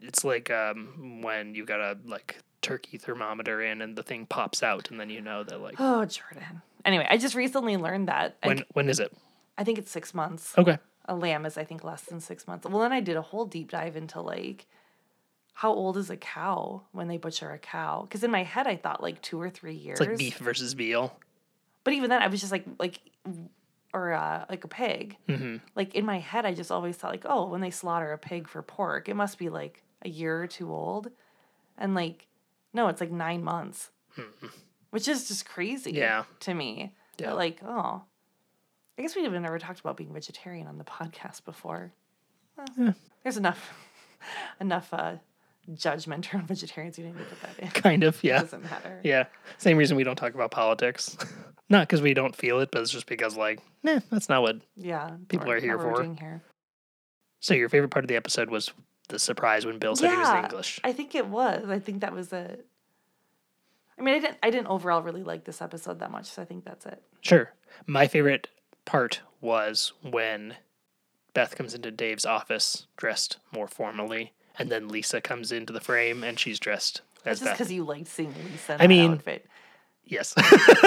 A: it's like um when you got a like turkey thermometer in and the thing pops out and then you know that
B: *gasps*
A: like
B: Oh, Jordan. Anyway, I just recently learned that. I-
A: when when is it?
B: I think it's six months.
A: Okay.
B: A lamb is, I think, less than six months. Well, then I did a whole deep dive into like, how old is a cow when they butcher a cow? Because in my head, I thought like two or three years.
A: It's like beef versus veal. *laughs*
B: But even then, I was just like, like, or uh, like a pig.
A: Mhm.
B: Like in my head, I just always thought like, oh, when they slaughter a pig for pork, it must be like a year or two old, and like, no, it's like nine months, which is just crazy.
A: Yeah.
B: To me,
A: Yeah.
B: But like, oh, I guess we've never talked about being vegetarian on the podcast before. Well,
A: Yeah.
B: There's enough, *laughs* enough uh, judgment around vegetarians. You didn't need to put that in.
A: Kind of, *laughs* yeah.
B: It doesn't matter.
A: Yeah. Same reason we don't talk about politics. not because we don't feel it, but it's just because like, nah, that's not what
B: Yeah.
A: people
B: or-
A: are here
B: or what we're
A: for.
B: doing here.
A: So your favorite part of the episode was the surprise when Bill said he was English.
B: I think it was. I think that was a I mean, I didn't. I didn't overall really like this episode that much, so I think that's it.
A: Sure. My favorite part was when Beth comes into Dave's office dressed more formally, and then Lisa comes into the frame and she's dressed as
B: That's just
A: Beth.
B: because you liked seeing Lisa. In
A: I
B: that
A: mean,
B: outfit.
A: Yes.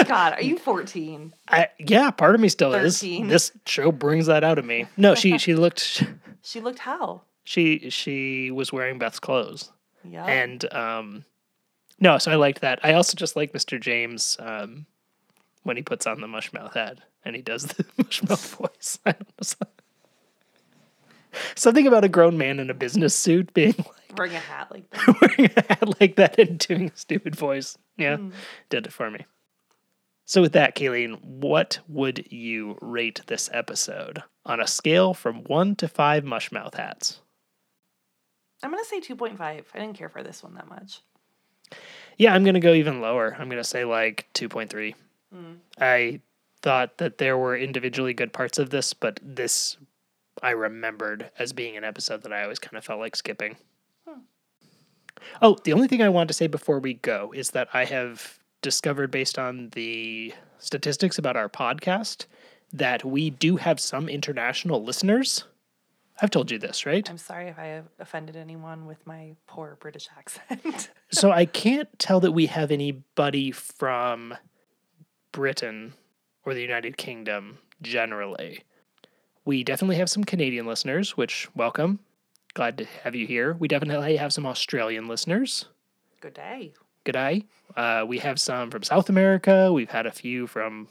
B: *laughs*
A: *laughs*
B: God, are you fourteen?
A: I, yeah, part of me still
B: Thirteen.
A: is. This show brings that out of me. No, she she
B: *laughs*
A: looked
B: She looked how?
A: she she was wearing Beth's clothes.
B: Yeah.
A: And um no, so I liked that. I also just like Mr. James um when he puts on the mushmouth hat and he does the *laughs* mushmouth voice. *laughs* I don't know. so- Something about a grown man in a business suit being *laughs* like,
B: Wearing a hat like
A: *laughs*
B: that.
A: wearing a hat like that and doing a stupid voice. Yeah. Did it for me. So with that, Kayleen, what would you rate this episode on a scale from one to five mushmouth hats?
B: I'm gonna say two point five. I didn't care for this one that much.
A: Yeah, I'm gonna go even lower. I'm gonna say like 2.3.
B: Mm.
A: I thought that there were individually good parts of this, but this I remembered as being an episode that I always kind of felt like skipping. Oh, the only thing I wanted to say before we go is that I have discovered based on the statistics about our podcast that we do have some international listeners. I've told you this, right?
B: I'm sorry if I have offended anyone with my poor British accent. *laughs*
A: so I can't tell that we have anybody from Britain or the United Kingdom generally. We definitely have some Canadian listeners, which welcome. Glad to have you here. We definitely have some Australian listeners.
B: Good day.
A: Good eye. Uh, we have some from South America. We've had a few from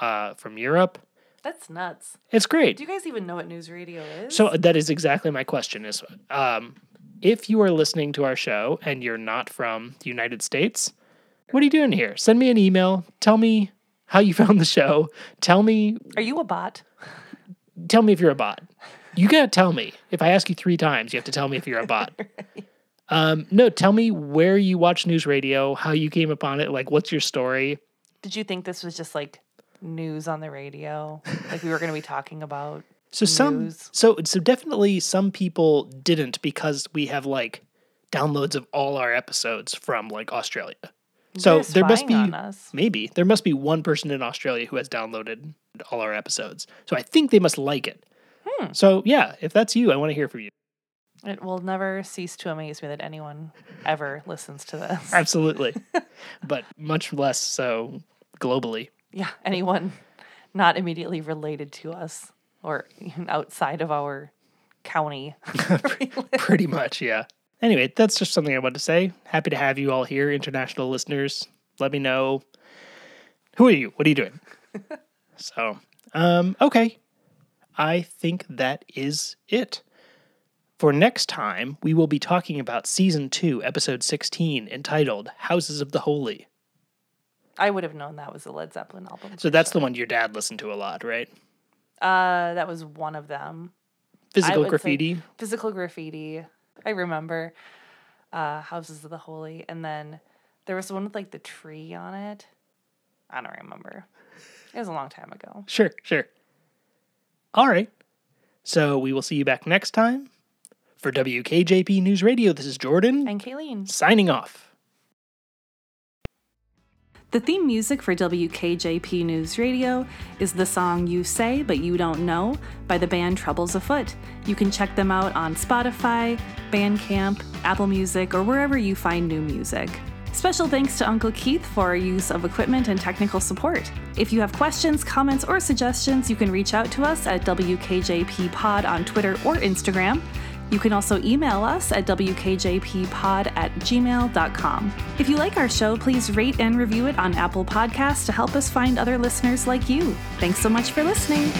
A: uh, from Europe.
B: That's nuts.
A: It's great.
B: Do you guys even know what news radio is?
A: So that is exactly my question is um, if you are listening to our show and you're not from the United States, what are you doing here? Send me an email. Tell me how you *laughs* found the show. Tell me
B: Are you a bot?
A: tell me if you're a bot. You gotta tell me. If I ask you three times, you have to tell me if you're a bot. Um, no, tell me where you watch news radio, how you came upon it, like what's your story.
B: Did you think this was just like news on the radio? Like we were gonna be talking about
A: So some so so definitely some people didn't because we have like downloads of all our episodes from like Australia. *laughs* So
B: They're
A: there must be
B: spying on us.
A: maybe there must be one person in Australia who has downloaded all our episodes. So I think they must like it.
B: Hmm.
A: So yeah, if that's you, I want to hear from you.
B: It will never cease to amaze me that anyone ever listens to this.
A: Absolutely. but much less so globally.
B: *laughs* Yeah, anyone not immediately related to us or even outside of our
A: *laughs*
B: county. *laughs*
A: Pretty much, yeah. Anyway, that's just something I wanted to say. Happy to have you all here, international listeners. Let me know who are you? What are you *laughs* doing? so, um, okay. I think that is it. For next time, we will be talking about season two, episode 16, entitled Houses of the Holy.
B: I would have known that was a Led Zeppelin album.
A: So that's the one your dad listened to a lot, right?
B: Uh, that was one of them. I
A: Physical
B: would say
A: Graffiti?
B: Physical graffiti. I remember uh, Houses of the Holy, and then there was one with like the tree on it. I don't remember. It was a long time ago.
A: Sure, sure. All right. So we will see you back next time. For WKJP News Radio, this is Jordan.
B: And Kayleen.
A: Signing off.
L: The theme music for WKJP News Radio is the song You Say But You Don't Know by the band Troubles Afoot. You can check them out on Spotify, Bandcamp, Apple Music, or wherever you find new music. Special thanks to Uncle Keith for our use of equipment and technical support. If you have questions, comments, or suggestions, you can reach out to us at WKJPPod on Twitter or Instagram. You can also email us at wkjppod at gmail.com. If you like our show, please rate and review it on Apple Podcasts to help us find other listeners like you. Thanks so much for listening.